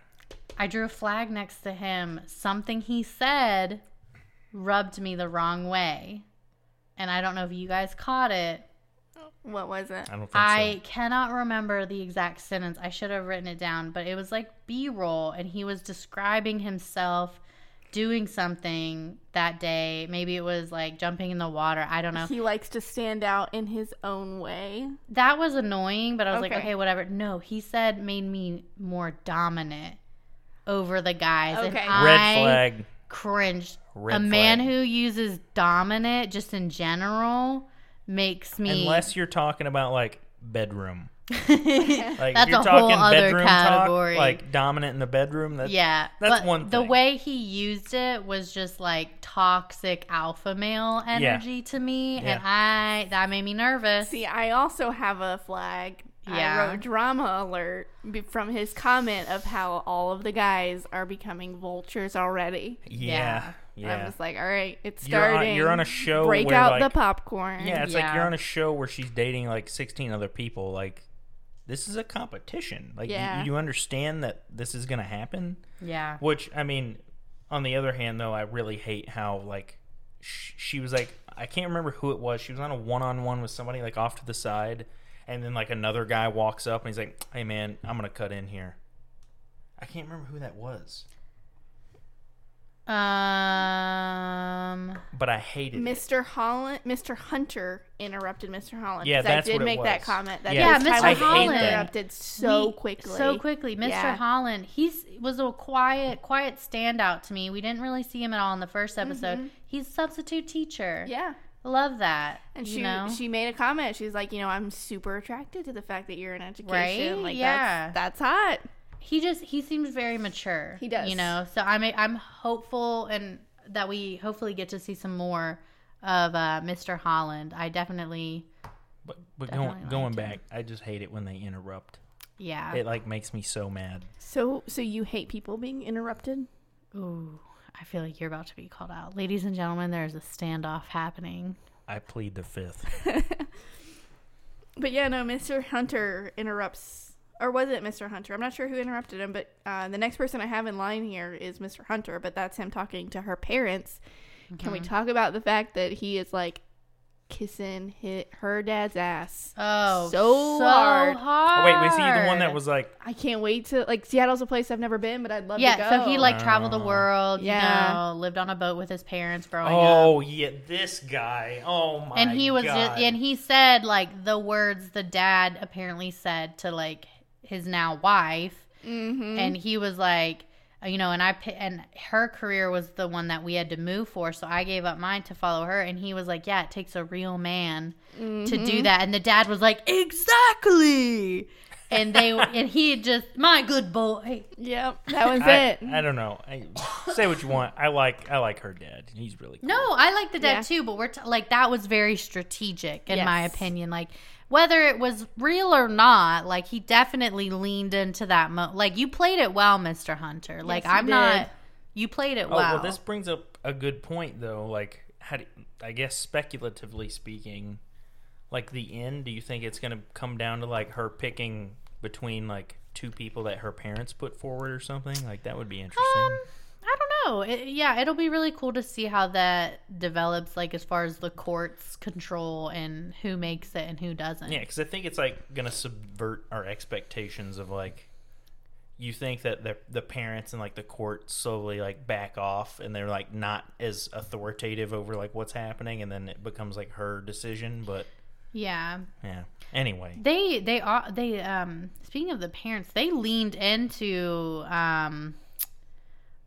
[SPEAKER 1] I drew a flag next to him. Something he said rubbed me the wrong way. And I don't know if you guys caught it.
[SPEAKER 3] what was it?
[SPEAKER 2] I don't think
[SPEAKER 1] I cannot remember the exact sentence. I should have written it down, but it was like B roll, and he was describing himself doing something that day. Maybe it was like jumping in the water. I don't know.
[SPEAKER 3] He likes to stand out in his own way.
[SPEAKER 1] That was annoying, but I was like,
[SPEAKER 3] Okay.
[SPEAKER 1] okay, whatever. No, he said made me more dominant over the guys.
[SPEAKER 3] Okay.
[SPEAKER 1] And
[SPEAKER 2] so.
[SPEAKER 1] I
[SPEAKER 2] Red flag.
[SPEAKER 1] cringed.
[SPEAKER 2] Red
[SPEAKER 1] a man
[SPEAKER 2] flag.
[SPEAKER 1] who uses dominant just in general makes me
[SPEAKER 2] Unless you're talking about like bedroom. Like
[SPEAKER 1] That's
[SPEAKER 2] if you're
[SPEAKER 1] a whole
[SPEAKER 2] talking
[SPEAKER 1] other
[SPEAKER 2] bedroom
[SPEAKER 1] category.
[SPEAKER 2] talk, like dominant in the bedroom. That's,
[SPEAKER 1] yeah
[SPEAKER 2] that's
[SPEAKER 1] but
[SPEAKER 2] one
[SPEAKER 1] the
[SPEAKER 2] thing.
[SPEAKER 1] way he used it was just like toxic alpha male energy to me
[SPEAKER 2] Yeah.
[SPEAKER 1] and i that made me nervous
[SPEAKER 3] See, I also have a flag.
[SPEAKER 1] Yeah.
[SPEAKER 3] I wrote drama alert be- from his comment of how all of the guys are becoming vultures already.
[SPEAKER 2] Yeah.
[SPEAKER 3] I
[SPEAKER 2] Yeah.
[SPEAKER 3] was like, all right, it's
[SPEAKER 2] You're on-
[SPEAKER 3] starting.
[SPEAKER 2] you're on a show
[SPEAKER 3] Break
[SPEAKER 2] where,
[SPEAKER 3] out
[SPEAKER 2] like-
[SPEAKER 3] the popcorn.
[SPEAKER 2] Yeah, it's
[SPEAKER 1] Yeah.
[SPEAKER 2] like you're on a show where she's dating like 16 other people. Like, this is a competition. Like, you-
[SPEAKER 3] Yeah.
[SPEAKER 2] you, understand that this is going to happen.
[SPEAKER 1] yeah
[SPEAKER 2] Which, I mean, on the other hand, though, I really hate how, like, sh- she was like, I can't remember who it was. She was on a one on one with somebody, like, off to the side. And then, like, another guy walks up and he's like, hey, man, I'm going to cut in here. I can't remember who that was,
[SPEAKER 1] um
[SPEAKER 2] but I hated it.
[SPEAKER 3] Mr. Holland, Mr. Hunter interrupted Mr. Holland.
[SPEAKER 2] Yeah,
[SPEAKER 3] 'cause
[SPEAKER 2] that's
[SPEAKER 3] I
[SPEAKER 2] what
[SPEAKER 3] did
[SPEAKER 2] it
[SPEAKER 3] make that
[SPEAKER 2] was.
[SPEAKER 3] comment. That
[SPEAKER 2] Yeah.
[SPEAKER 1] Yeah,
[SPEAKER 3] his
[SPEAKER 1] Mr.
[SPEAKER 3] timeline
[SPEAKER 2] Holland
[SPEAKER 3] interrupted so
[SPEAKER 1] we-
[SPEAKER 3] quickly.
[SPEAKER 1] so quickly mr
[SPEAKER 3] Yeah.
[SPEAKER 1] holland he's was a quiet quiet standout to me we didn't really see him at all in the first episode he's a substitute teacher
[SPEAKER 3] Mm-hmm. Yeah.
[SPEAKER 1] love that
[SPEAKER 3] And
[SPEAKER 1] you
[SPEAKER 3] she
[SPEAKER 1] know?
[SPEAKER 3] she made a comment. She's like, you know, I'm super attracted to the fact that you're in education.
[SPEAKER 1] Right?
[SPEAKER 3] Like
[SPEAKER 1] Yeah.
[SPEAKER 3] that's that's hot.
[SPEAKER 1] he just he seems very mature.
[SPEAKER 3] He does.
[SPEAKER 1] you know. So I'm I'm hopeful and that we hopefully get to see some more of uh, Mr. Holland. I definitely,
[SPEAKER 2] But, but
[SPEAKER 1] Definitely
[SPEAKER 2] going,
[SPEAKER 1] liked
[SPEAKER 2] going
[SPEAKER 1] it.
[SPEAKER 2] back, I just hate it when they interrupt.
[SPEAKER 1] yeah.
[SPEAKER 2] It, like, makes me so mad.
[SPEAKER 3] So so you hate people being interrupted?
[SPEAKER 1] Ooh, I feel like you're about to be called out, ladies and gentlemen. There is a standoff happening.
[SPEAKER 2] I plead the fifth.
[SPEAKER 3] But yeah, no, Mr. Hunter interrupts or was it Mr. Hunter? I'm not sure who interrupted him, but uh, the next person I have in line here is Mr. Hunter, but that's him talking to her parents. Can we talk about the fact that he is like kissing his, her dad's ass?
[SPEAKER 1] Oh,
[SPEAKER 3] So
[SPEAKER 1] so hard.
[SPEAKER 3] hard.
[SPEAKER 2] Oh, wait, was he the one that was like,
[SPEAKER 3] I can't wait to like Seattle's a place I've never been, but I'd love to
[SPEAKER 1] Yeah,
[SPEAKER 3] go.
[SPEAKER 1] so he like traveled the world,
[SPEAKER 3] Yeah.
[SPEAKER 1] you know, lived on a boat with his parents growing up.
[SPEAKER 2] oh yeah, this guy. Oh my.
[SPEAKER 1] And he was
[SPEAKER 2] God.
[SPEAKER 1] just, and he said like the words the dad apparently said to like his now wife
[SPEAKER 3] mm-hmm.
[SPEAKER 1] and he was like uh, you know and i pi- and her career was the one that we had to move for so i gave up mine to follow her and he was like yeah it
[SPEAKER 3] Mm-hmm.
[SPEAKER 1] takes a real man to do that and the dad was like exactly and they and he had just my good boy.
[SPEAKER 3] Yep, that was
[SPEAKER 2] I,
[SPEAKER 3] it.
[SPEAKER 2] I don't know. I, say what you want. I like I like her dad. He's really cool.
[SPEAKER 1] No, I like the
[SPEAKER 3] Yeah.
[SPEAKER 1] dad too, but we're t- like that was very strategic in my
[SPEAKER 3] Yes.
[SPEAKER 1] opinion. Like whether it was real or not, like he definitely leaned into that. Mo- like you played it well, Mister Hunter. Like
[SPEAKER 3] you
[SPEAKER 1] I'm not.
[SPEAKER 3] did.
[SPEAKER 1] You played it
[SPEAKER 2] Oh
[SPEAKER 1] well.
[SPEAKER 2] well, this brings up a good point though. Like, how do, I guess speculatively speaking, like the end. Do you think it's gonna come down to like her picking between like two people that her parents put forward or something? Like that would be interesting.
[SPEAKER 1] Um, I don't know. It, yeah, it'll be really cool to see how that develops, like as far as the court's control and who makes it and who doesn't.
[SPEAKER 2] Yeah, because I think it's like gonna subvert our expectations of like, you think that the the parents and like the court slowly like back off and they're like not as authoritative over like what's happening, and then it becomes like her decision. But
[SPEAKER 1] Yeah.
[SPEAKER 2] yeah, anyway,
[SPEAKER 1] They they are they um speaking of the parents, they leaned into um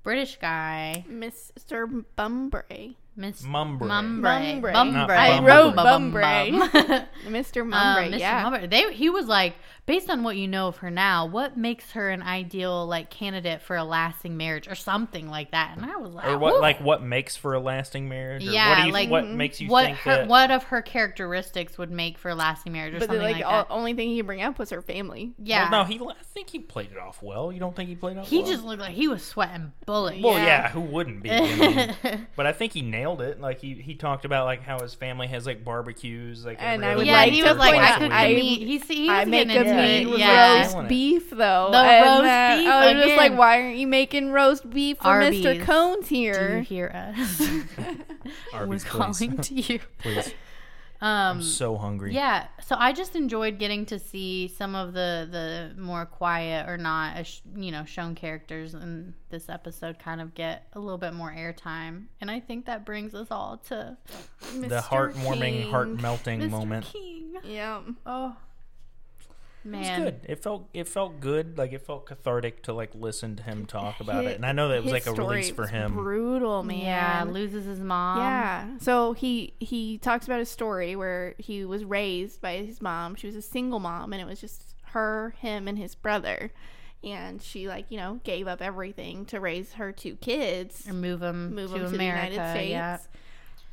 [SPEAKER 1] British guy,
[SPEAKER 3] Mr. Bumbray.
[SPEAKER 1] Miss
[SPEAKER 2] Mumbre.
[SPEAKER 1] Mumbre.
[SPEAKER 3] Mumbre.
[SPEAKER 1] Mumbre.
[SPEAKER 2] I
[SPEAKER 1] Bum,
[SPEAKER 2] wrote
[SPEAKER 1] bum, bum,
[SPEAKER 3] Mumbre.
[SPEAKER 1] bum.
[SPEAKER 3] Mr.
[SPEAKER 1] Um,
[SPEAKER 3] Mumbre,
[SPEAKER 1] Mr.
[SPEAKER 3] yeah.
[SPEAKER 1] Mumbre. They he was like, based on what you know of her now, what makes her an ideal like candidate for a lasting marriage or something like that? And I was like,
[SPEAKER 2] or what
[SPEAKER 1] "Ooh."
[SPEAKER 2] like what makes for a lasting marriage? Or what
[SPEAKER 1] Yeah,
[SPEAKER 2] do you,
[SPEAKER 1] like, mm-hmm.
[SPEAKER 2] what makes you
[SPEAKER 1] what
[SPEAKER 2] think
[SPEAKER 1] her
[SPEAKER 2] that?
[SPEAKER 1] what of her characteristics would make for a lasting marriage or
[SPEAKER 3] But the
[SPEAKER 1] something
[SPEAKER 3] like,
[SPEAKER 1] like,
[SPEAKER 3] all,
[SPEAKER 1] that?
[SPEAKER 3] only thing he bring up was her family.
[SPEAKER 1] Yeah,
[SPEAKER 2] Well, no, he. I think he played it off well. You don't think he played it off?
[SPEAKER 1] he
[SPEAKER 2] well?
[SPEAKER 1] just looked like he was sweating bullets.
[SPEAKER 2] Well,
[SPEAKER 3] Yeah.
[SPEAKER 2] yeah. who wouldn't be? I mean, but I think he nailed it. Like he, he talked about like how his family has like barbecues, like
[SPEAKER 3] And
[SPEAKER 2] every
[SPEAKER 3] I
[SPEAKER 2] other
[SPEAKER 3] would
[SPEAKER 1] um, yeah,
[SPEAKER 3] like
[SPEAKER 1] he
[SPEAKER 2] weekend
[SPEAKER 1] was
[SPEAKER 2] or
[SPEAKER 3] to
[SPEAKER 1] like,
[SPEAKER 2] once
[SPEAKER 1] I
[SPEAKER 2] a
[SPEAKER 1] could
[SPEAKER 3] point
[SPEAKER 2] week.
[SPEAKER 3] out-
[SPEAKER 1] I mean, He, he was
[SPEAKER 3] I make
[SPEAKER 1] getting
[SPEAKER 3] good
[SPEAKER 1] into
[SPEAKER 2] meat.
[SPEAKER 1] it.
[SPEAKER 3] meat with
[SPEAKER 1] Yeah.
[SPEAKER 2] Roast
[SPEAKER 3] roast beef, though.
[SPEAKER 1] The
[SPEAKER 3] and
[SPEAKER 1] roast
[SPEAKER 3] that-
[SPEAKER 1] beef,
[SPEAKER 3] I was just
[SPEAKER 1] again.
[SPEAKER 3] like, why aren't you making roast beef for Mr.
[SPEAKER 1] Arby's.
[SPEAKER 3] Cones
[SPEAKER 1] Do you
[SPEAKER 3] here?
[SPEAKER 1] hear us? was
[SPEAKER 2] Arby's, please.
[SPEAKER 1] calling to you.
[SPEAKER 2] Please.
[SPEAKER 1] Um,
[SPEAKER 2] I'm so hungry.
[SPEAKER 1] Yeah, so I just enjoyed getting to see some of the the more quiet or not, uh, sh- you know, shown characters in this episode kind of get a little bit more airtime, and I think that brings us all to
[SPEAKER 2] the heartwarming, heart melting
[SPEAKER 1] Mr.
[SPEAKER 2] moment.
[SPEAKER 1] King.
[SPEAKER 3] Yeah.
[SPEAKER 1] Oh
[SPEAKER 2] It was
[SPEAKER 1] man,
[SPEAKER 2] good. It felt it felt good. Like it felt cathartic to like listen to him talk about
[SPEAKER 3] Hi-
[SPEAKER 2] it. And I know that it was
[SPEAKER 3] his
[SPEAKER 2] like a
[SPEAKER 3] story
[SPEAKER 2] release for
[SPEAKER 3] was
[SPEAKER 2] him.
[SPEAKER 3] Brutal, man.
[SPEAKER 1] yeah, loses his mom.
[SPEAKER 3] Yeah. So he he talks about a story where he was raised by his mom. She was a single mom and it was just her, him and his brother. And she like, you know, gave up everything to raise her two kids.
[SPEAKER 1] and move him
[SPEAKER 3] Move
[SPEAKER 1] to
[SPEAKER 3] them to the
[SPEAKER 1] America.
[SPEAKER 3] United States.
[SPEAKER 1] Yeah,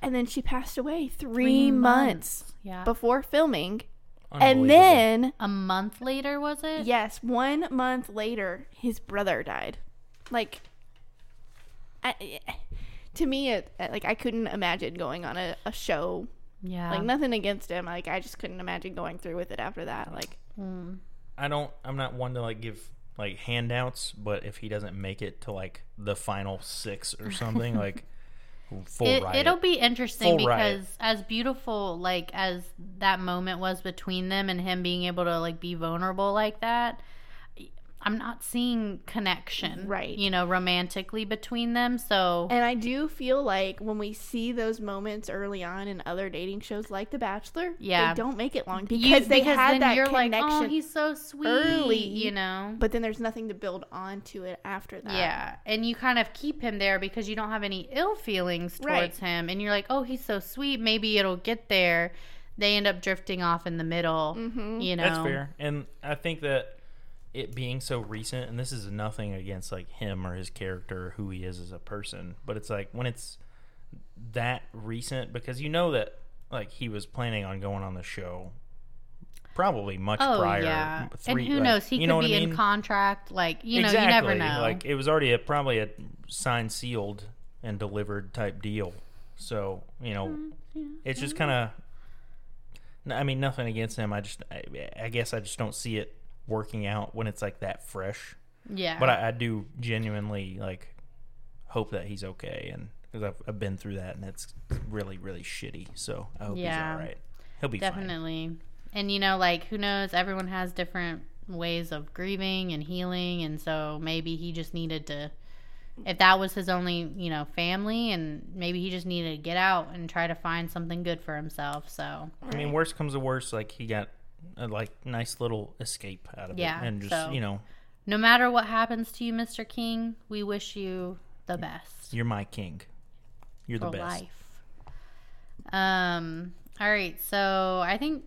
[SPEAKER 3] And then she passed away 3,
[SPEAKER 1] Three
[SPEAKER 3] months,
[SPEAKER 1] Yeah,
[SPEAKER 3] before filming.
[SPEAKER 2] Unbelievable.
[SPEAKER 3] And then
[SPEAKER 1] a month later was it?
[SPEAKER 3] yes, 1 month later his brother died. Like I, to me it like I couldn't imagine going on a, a show
[SPEAKER 1] yeah.
[SPEAKER 3] Like nothing against him. Like I just couldn't imagine going through with it after that. Like
[SPEAKER 1] Mm.
[SPEAKER 2] I don't I'm not one to like give like handouts, but if he doesn't make it to like the final six or something, like full
[SPEAKER 1] it,
[SPEAKER 2] riot.
[SPEAKER 1] it'll be interesting
[SPEAKER 2] Full riot.
[SPEAKER 1] because as beautiful like as that moment was between them and him being able to like be vulnerable like that i'm not seeing connection
[SPEAKER 3] Right.
[SPEAKER 1] you know romantically between them so
[SPEAKER 3] and I do feel like when we see those moments early on in other dating shows like The Bachelor,
[SPEAKER 1] Yeah.
[SPEAKER 3] they don't make it long
[SPEAKER 1] you-
[SPEAKER 3] because they had that connection.
[SPEAKER 1] oh he's so sweet
[SPEAKER 3] early,
[SPEAKER 1] you know
[SPEAKER 3] but then there's nothing to build on to it after that.
[SPEAKER 1] yeah and you kind of keep him there because you don't have any ill feelings towards
[SPEAKER 3] Right.
[SPEAKER 1] him and you're like oh he's so sweet maybe it'll get there they end up drifting off in the middle
[SPEAKER 3] Mhm.
[SPEAKER 1] you know
[SPEAKER 2] That's fair. And I think that it being so recent, and this is nothing against like him or his character, or who he is as a person, but it's like when it's that recent, because you know that like he was planning on going on the show probably much prior. m- three-
[SPEAKER 1] Oh, and who
[SPEAKER 2] like,
[SPEAKER 1] knows? He
[SPEAKER 2] you
[SPEAKER 1] could
[SPEAKER 2] know what
[SPEAKER 1] be
[SPEAKER 2] I mean?
[SPEAKER 1] in contract. Like you know, you never know.
[SPEAKER 2] Like it was already a, probably a signed, sealed, and delivered type deal. So you know,
[SPEAKER 1] Mm,
[SPEAKER 2] it's just kind of. n- I mean, nothing against him. I just, I, I guess, I just don't see it working out when it's like that fresh.
[SPEAKER 1] yeah,
[SPEAKER 2] But I, I do genuinely like hope that he's okay, and because I've, I've been through that, and it's really, really shitty. So I hope
[SPEAKER 1] Yeah.
[SPEAKER 2] he's all right. He'll be fine.
[SPEAKER 1] definitely. And you know, like who knows? Everyone has different ways of grieving and healing, and so maybe he just needed to. If that was his only, you know, family, and maybe he just needed to get out and try to find something good for himself. So
[SPEAKER 2] I mean, worst comes to worst, like he got a like nice little escape out of
[SPEAKER 1] Yeah,
[SPEAKER 2] it, and just
[SPEAKER 1] so-
[SPEAKER 2] you know,
[SPEAKER 1] no matter what happens to you, Mr. King, we wish you the best.
[SPEAKER 2] You're my king.
[SPEAKER 1] Oh,
[SPEAKER 2] You're the
[SPEAKER 1] for
[SPEAKER 2] best.
[SPEAKER 1] life. Um. All right. So I think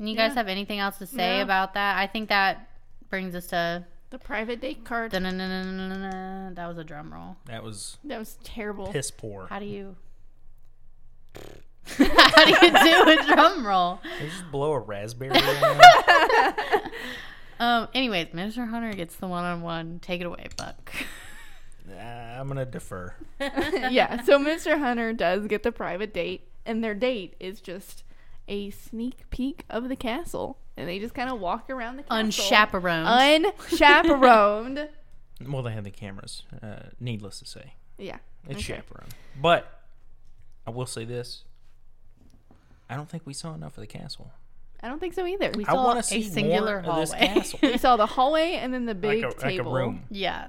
[SPEAKER 1] And you
[SPEAKER 3] Yeah.
[SPEAKER 1] guys have anything else to say
[SPEAKER 3] No.
[SPEAKER 1] about that? I think that brings us to.
[SPEAKER 3] The private date card.
[SPEAKER 1] dun-dun-dun-dun-dun-dun. That was a drum roll.
[SPEAKER 2] That was
[SPEAKER 3] that was terrible.
[SPEAKER 2] piss poor.
[SPEAKER 1] How do you. How do you do a drum roll?
[SPEAKER 2] They just blow a raspberry. in there.
[SPEAKER 1] Um. Anyways, Mr. Hunter gets the one-on-one. Take it away, Buck.
[SPEAKER 2] Uh, I'm gonna defer.
[SPEAKER 3] yeah. So Mr. Hunter does get the private date, and their date is just a sneak peek of the castle, and they just kind of walk around the castle
[SPEAKER 1] Unchaperoned.
[SPEAKER 3] unchaperoned.
[SPEAKER 2] Well, they had the cameras. Uh, needless to say,
[SPEAKER 3] yeah.
[SPEAKER 2] it's
[SPEAKER 3] Okay.
[SPEAKER 2] chaperone. But I will say this: I don't think we saw enough of the castle.
[SPEAKER 3] I don't think so either. We
[SPEAKER 2] I
[SPEAKER 1] saw
[SPEAKER 2] want
[SPEAKER 1] a
[SPEAKER 2] to see
[SPEAKER 1] singular
[SPEAKER 2] more of this
[SPEAKER 1] hallway.
[SPEAKER 2] castle,
[SPEAKER 3] we saw the hallway and then the big
[SPEAKER 2] like a, like a
[SPEAKER 3] table.
[SPEAKER 2] room.
[SPEAKER 1] yeah.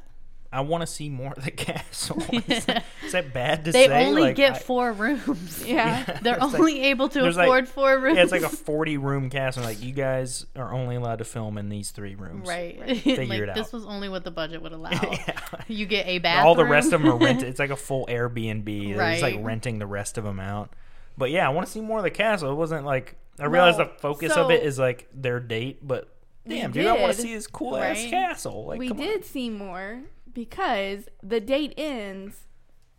[SPEAKER 2] I want to see more of the castle. is, that, is that bad to
[SPEAKER 1] They
[SPEAKER 2] say?
[SPEAKER 1] only
[SPEAKER 2] Like,
[SPEAKER 1] get
[SPEAKER 2] I-
[SPEAKER 1] four rooms.
[SPEAKER 3] Yeah.
[SPEAKER 1] They're
[SPEAKER 2] it's like-
[SPEAKER 1] only able to
[SPEAKER 2] there's like-
[SPEAKER 1] afford four rooms.
[SPEAKER 2] yeah, it's like a 40 room castle. Like you guys are only allowed to film in these three rooms.
[SPEAKER 1] right.
[SPEAKER 2] Figure it
[SPEAKER 1] like this
[SPEAKER 2] out.
[SPEAKER 1] was only what the budget would allow.
[SPEAKER 2] Yeah.
[SPEAKER 1] You get a bathroom.
[SPEAKER 2] All the rest of them are rented. It's like a full Airbnb. They're just like
[SPEAKER 1] Right.
[SPEAKER 2] renting the rest of them out. But yeah, I want to see more of the castle. It wasn't like I realized
[SPEAKER 3] Well,
[SPEAKER 2] the focus
[SPEAKER 3] so-
[SPEAKER 2] of it is like their date, but damn, dude, I want to
[SPEAKER 3] did,
[SPEAKER 2] see this cool ass
[SPEAKER 1] right?
[SPEAKER 2] castle. Like
[SPEAKER 3] we
[SPEAKER 2] come on.
[SPEAKER 3] did see more because the date ends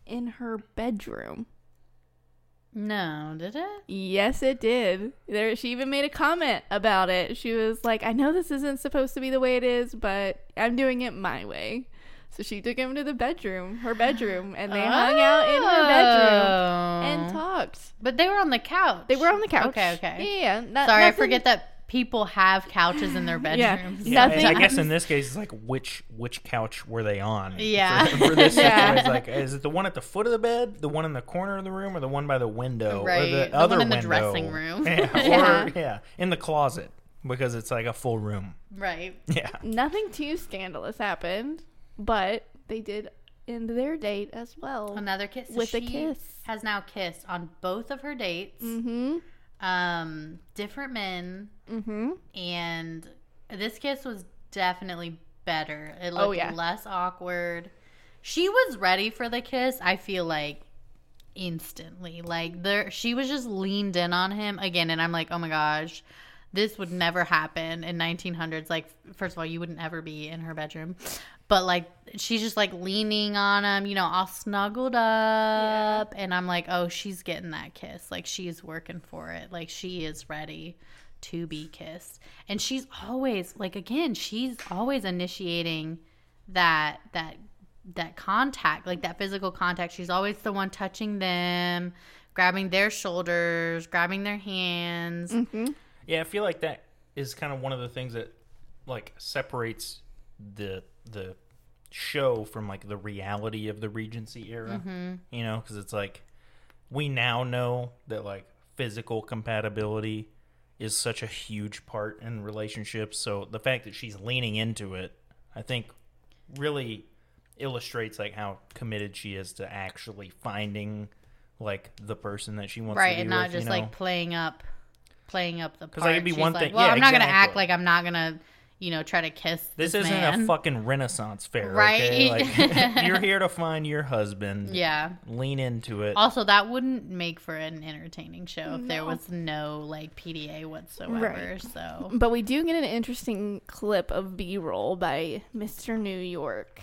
[SPEAKER 3] in her bedroom.
[SPEAKER 1] No, did it?
[SPEAKER 3] Yes, it did. There, she even made a comment about it. She was like, "I know this isn't supposed to be the way it is, but I'm doing it my way." So she took him to the bedroom, her bedroom, and they hung out in her bedroom and
[SPEAKER 1] Oh.
[SPEAKER 3] talked.
[SPEAKER 1] But they were on the couch.
[SPEAKER 3] They were on the couch.
[SPEAKER 1] Okay, okay.
[SPEAKER 3] Yeah, yeah. not-
[SPEAKER 1] Sorry, I
[SPEAKER 3] nothing-
[SPEAKER 1] forget that people have couches in their
[SPEAKER 3] Yeah.
[SPEAKER 1] bedrooms.
[SPEAKER 2] Yeah,
[SPEAKER 3] Nothing-
[SPEAKER 2] and I guess in this case, it's like which which couch were they on?
[SPEAKER 1] Yeah.
[SPEAKER 2] for, for this
[SPEAKER 3] Yeah.
[SPEAKER 2] situation, it's like is it the one at the foot of the bed, the one in the corner of the room, or the one by the window, or
[SPEAKER 1] Right.
[SPEAKER 2] the,
[SPEAKER 1] The
[SPEAKER 2] other
[SPEAKER 1] one in the
[SPEAKER 2] window?
[SPEAKER 1] dressing room.
[SPEAKER 2] yeah,
[SPEAKER 3] Yeah.
[SPEAKER 2] or yeah, in the closet because it's like a full room.
[SPEAKER 1] Right.
[SPEAKER 2] Yeah,
[SPEAKER 3] Nothing too scandalous happened, but they did end their date as well.
[SPEAKER 1] Another kiss. So
[SPEAKER 3] With a
[SPEAKER 1] she
[SPEAKER 3] kiss.
[SPEAKER 1] Has now kissed on both of her dates.
[SPEAKER 3] Mm-hmm.
[SPEAKER 1] Um, different men.
[SPEAKER 3] Mm-hmm.
[SPEAKER 1] and this kiss was definitely better. It looked
[SPEAKER 3] Oh, yeah.
[SPEAKER 1] less awkward. She was ready for the kiss, I feel like instantly. Like there she was just leaned in on him again and I'm like, "Oh my gosh, this would never happen in 1900s. Like first of all, you wouldn't ever be in her bedroom." But like she's just like leaning on him, you know, all snuggled up and I'm like, "Oh, she's getting that kiss. Like she's working for it. Like she is ready." to be kissed and she's always like again she's always initiating that that that contact like that physical contact she's always the one touching them grabbing their shoulders grabbing their hands
[SPEAKER 3] Mm-hmm.
[SPEAKER 2] yeah. I feel like that is kind of one of the things that like separates the the show from like the reality of the Regency era.
[SPEAKER 1] Mm-hmm.
[SPEAKER 2] You know, because it's like we now know that like physical compatibility is such a huge part in relationships. So the fact that she's leaning into it, I think, really illustrates like how committed she is to actually finding like the person that she wants to
[SPEAKER 1] right
[SPEAKER 2] be
[SPEAKER 1] and not
[SPEAKER 2] with,
[SPEAKER 1] just
[SPEAKER 2] you know?
[SPEAKER 1] like playing up playing up the part.
[SPEAKER 2] like, it'd be
[SPEAKER 1] She's
[SPEAKER 2] one
[SPEAKER 1] like,
[SPEAKER 2] thing-
[SPEAKER 1] well
[SPEAKER 2] yeah,
[SPEAKER 1] i'm not gonna act
[SPEAKER 2] exactly.
[SPEAKER 1] like i'm not gonna you know try to kiss this,
[SPEAKER 2] This isn't
[SPEAKER 1] man.
[SPEAKER 2] a fucking Renaissance fair,
[SPEAKER 1] Right?
[SPEAKER 2] Okay? Like, you're here to find your husband.
[SPEAKER 1] yeah
[SPEAKER 2] Lean into it.
[SPEAKER 1] Also, that wouldn't make for an entertaining show if there
[SPEAKER 3] No.
[SPEAKER 1] was no like PDA whatsoever.
[SPEAKER 3] Right. Mm-hmm.
[SPEAKER 1] So
[SPEAKER 3] But we do get an interesting clip of B roll by Mr. New York.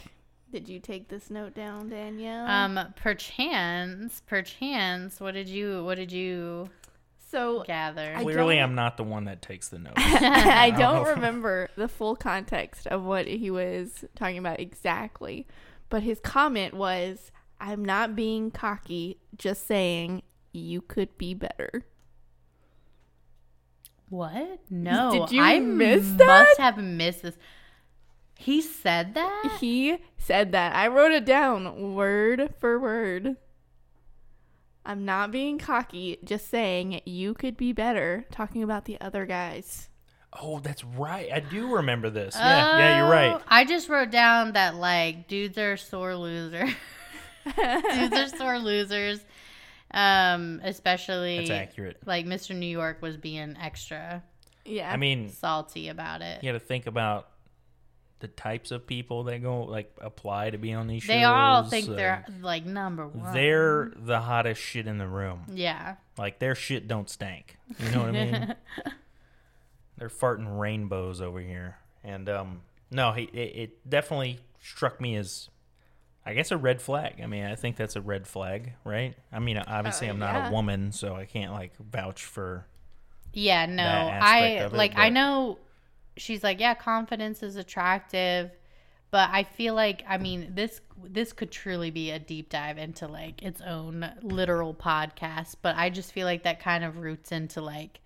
[SPEAKER 3] Did you take this note down, Danielle?
[SPEAKER 1] Um, perchance, perchance, what did you what did you
[SPEAKER 3] so
[SPEAKER 1] gather?
[SPEAKER 3] I-
[SPEAKER 2] Clearly,
[SPEAKER 3] don't-
[SPEAKER 2] I'm not the one that takes the notes.
[SPEAKER 3] I
[SPEAKER 2] don't
[SPEAKER 3] don't
[SPEAKER 2] know.
[SPEAKER 3] remember the full context of what he was talking about exactly, but his comment was, "I'm not being cocky, just saying you could be better."
[SPEAKER 1] what? No,
[SPEAKER 3] Did you
[SPEAKER 1] I
[SPEAKER 3] miss
[SPEAKER 1] Must have missed this. He said that.
[SPEAKER 3] He said that. I wrote it down word for word. I'm not being cocky, just saying you could be better. Talking about the other guys.
[SPEAKER 2] oh, that's right. I do remember this. Yeah, yeah, you're right.
[SPEAKER 1] Oh, I just wrote down that like dudes are sore losers. dudes are sore losers. Um, especially
[SPEAKER 2] That's accurate.
[SPEAKER 1] like Mr. New York was being extra
[SPEAKER 3] Yeah.
[SPEAKER 2] I mean,
[SPEAKER 1] salty about it.
[SPEAKER 2] you got to think about the types of people that go like apply to be on these shows.
[SPEAKER 1] They all think
[SPEAKER 2] Uh,
[SPEAKER 1] they're like number one.
[SPEAKER 2] they're the hottest shit in the room.
[SPEAKER 1] yeah.
[SPEAKER 2] Like their shit don't stink. You know what I mean? They're farting rainbows over here, and um, no, he, it, it definitely struck me as, I guess, a red flag. I mean, I think that's a red flag, right? I mean, obviously,
[SPEAKER 1] Oh,
[SPEAKER 3] Uh,
[SPEAKER 2] I'm not
[SPEAKER 3] yeah.
[SPEAKER 2] a woman, so I can't like vouch for.
[SPEAKER 1] Yeah, no.
[SPEAKER 2] that
[SPEAKER 1] I
[SPEAKER 2] aspect of it,
[SPEAKER 1] like I
[SPEAKER 2] but-
[SPEAKER 1] know she's like, yeah, confidence is attractive, but I feel like I mean, this this could truly be a deep dive into like its own literal podcast, but I just feel like that kind of roots into like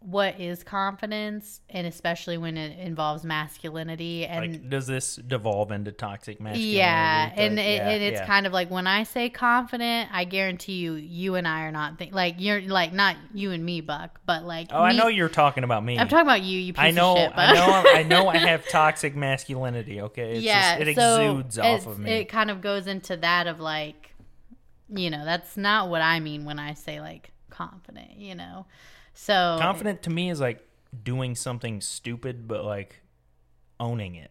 [SPEAKER 1] what is confidence and especially when it involves masculinity and
[SPEAKER 2] like, does this devolve into toxic masculinity?
[SPEAKER 1] yeah, and
[SPEAKER 2] Like,
[SPEAKER 1] it,
[SPEAKER 2] yeah,
[SPEAKER 1] and it's
[SPEAKER 2] yeah.
[SPEAKER 1] kind of like when I say confident, I guarantee you, you and I are not think like you're like not you and me, Buck, but like
[SPEAKER 2] Oh, I
[SPEAKER 1] me-
[SPEAKER 2] know you're talking about me.
[SPEAKER 1] I'm talking about you. You piece
[SPEAKER 2] I know,
[SPEAKER 1] of shit.
[SPEAKER 2] I
[SPEAKER 1] Buck.
[SPEAKER 2] know, I know. I have toxic masculinity. Okay, it's
[SPEAKER 1] yeah,
[SPEAKER 2] just, it
[SPEAKER 1] so
[SPEAKER 2] exudes
[SPEAKER 1] it's-
[SPEAKER 2] off of me.
[SPEAKER 1] It kind of goes into that of like, you know, that's not what I mean when I say like confident. You know, so
[SPEAKER 2] Confident to me is like doing something stupid, but like owning it.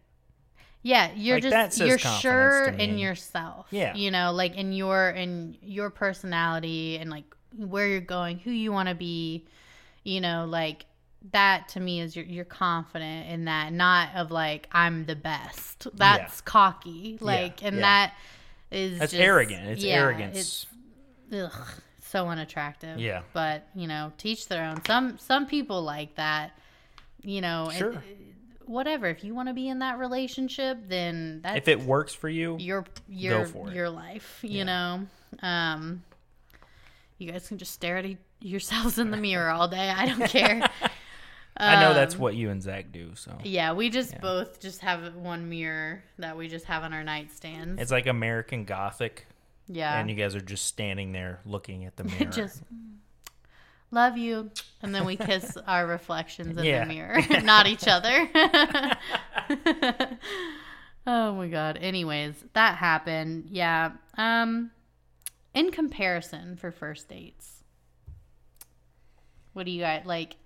[SPEAKER 1] Yeah, you're
[SPEAKER 2] Like,
[SPEAKER 1] just
[SPEAKER 2] that says
[SPEAKER 1] you're
[SPEAKER 2] confidence
[SPEAKER 1] sure
[SPEAKER 2] to
[SPEAKER 1] in
[SPEAKER 2] me.
[SPEAKER 1] yourself.
[SPEAKER 2] Yeah.
[SPEAKER 1] you know, like in your in your personality and like where you're going, who you want to be. You know, like that to me is you're you're confident in that, not of like I'm the best. That's cocky, like, and
[SPEAKER 2] yeah.
[SPEAKER 1] that is
[SPEAKER 2] That's
[SPEAKER 1] just-
[SPEAKER 2] arrogant. It's
[SPEAKER 1] yeah,
[SPEAKER 2] arrogance.
[SPEAKER 1] It's, ugh, so unattractive.
[SPEAKER 2] Yeah.
[SPEAKER 1] but you know, teach their own. Some some people like that. You know, and-
[SPEAKER 2] Sure.
[SPEAKER 1] whatever. If you want to be in that relationship, then that's
[SPEAKER 2] if it works for you,
[SPEAKER 1] your your
[SPEAKER 2] for it.
[SPEAKER 1] your life. You
[SPEAKER 2] Yeah.
[SPEAKER 1] know, um, you guys can just stare at e- yourselves in the mirror all day. I don't care.
[SPEAKER 2] I know that's
[SPEAKER 1] Um,
[SPEAKER 2] what you and Zach do. So
[SPEAKER 1] Yeah, we just both just have one mirror that we just have on our nightstands.
[SPEAKER 2] it's like American Gothic,
[SPEAKER 1] yeah,
[SPEAKER 2] and you guys are just standing there looking at the mirror.
[SPEAKER 1] just love you, and then we kiss our reflections in
[SPEAKER 2] Yeah.
[SPEAKER 1] the mirror, not each other. oh my god. Anyways, that happened. Yeah. Um, in comparison for first dates, what do you guys like?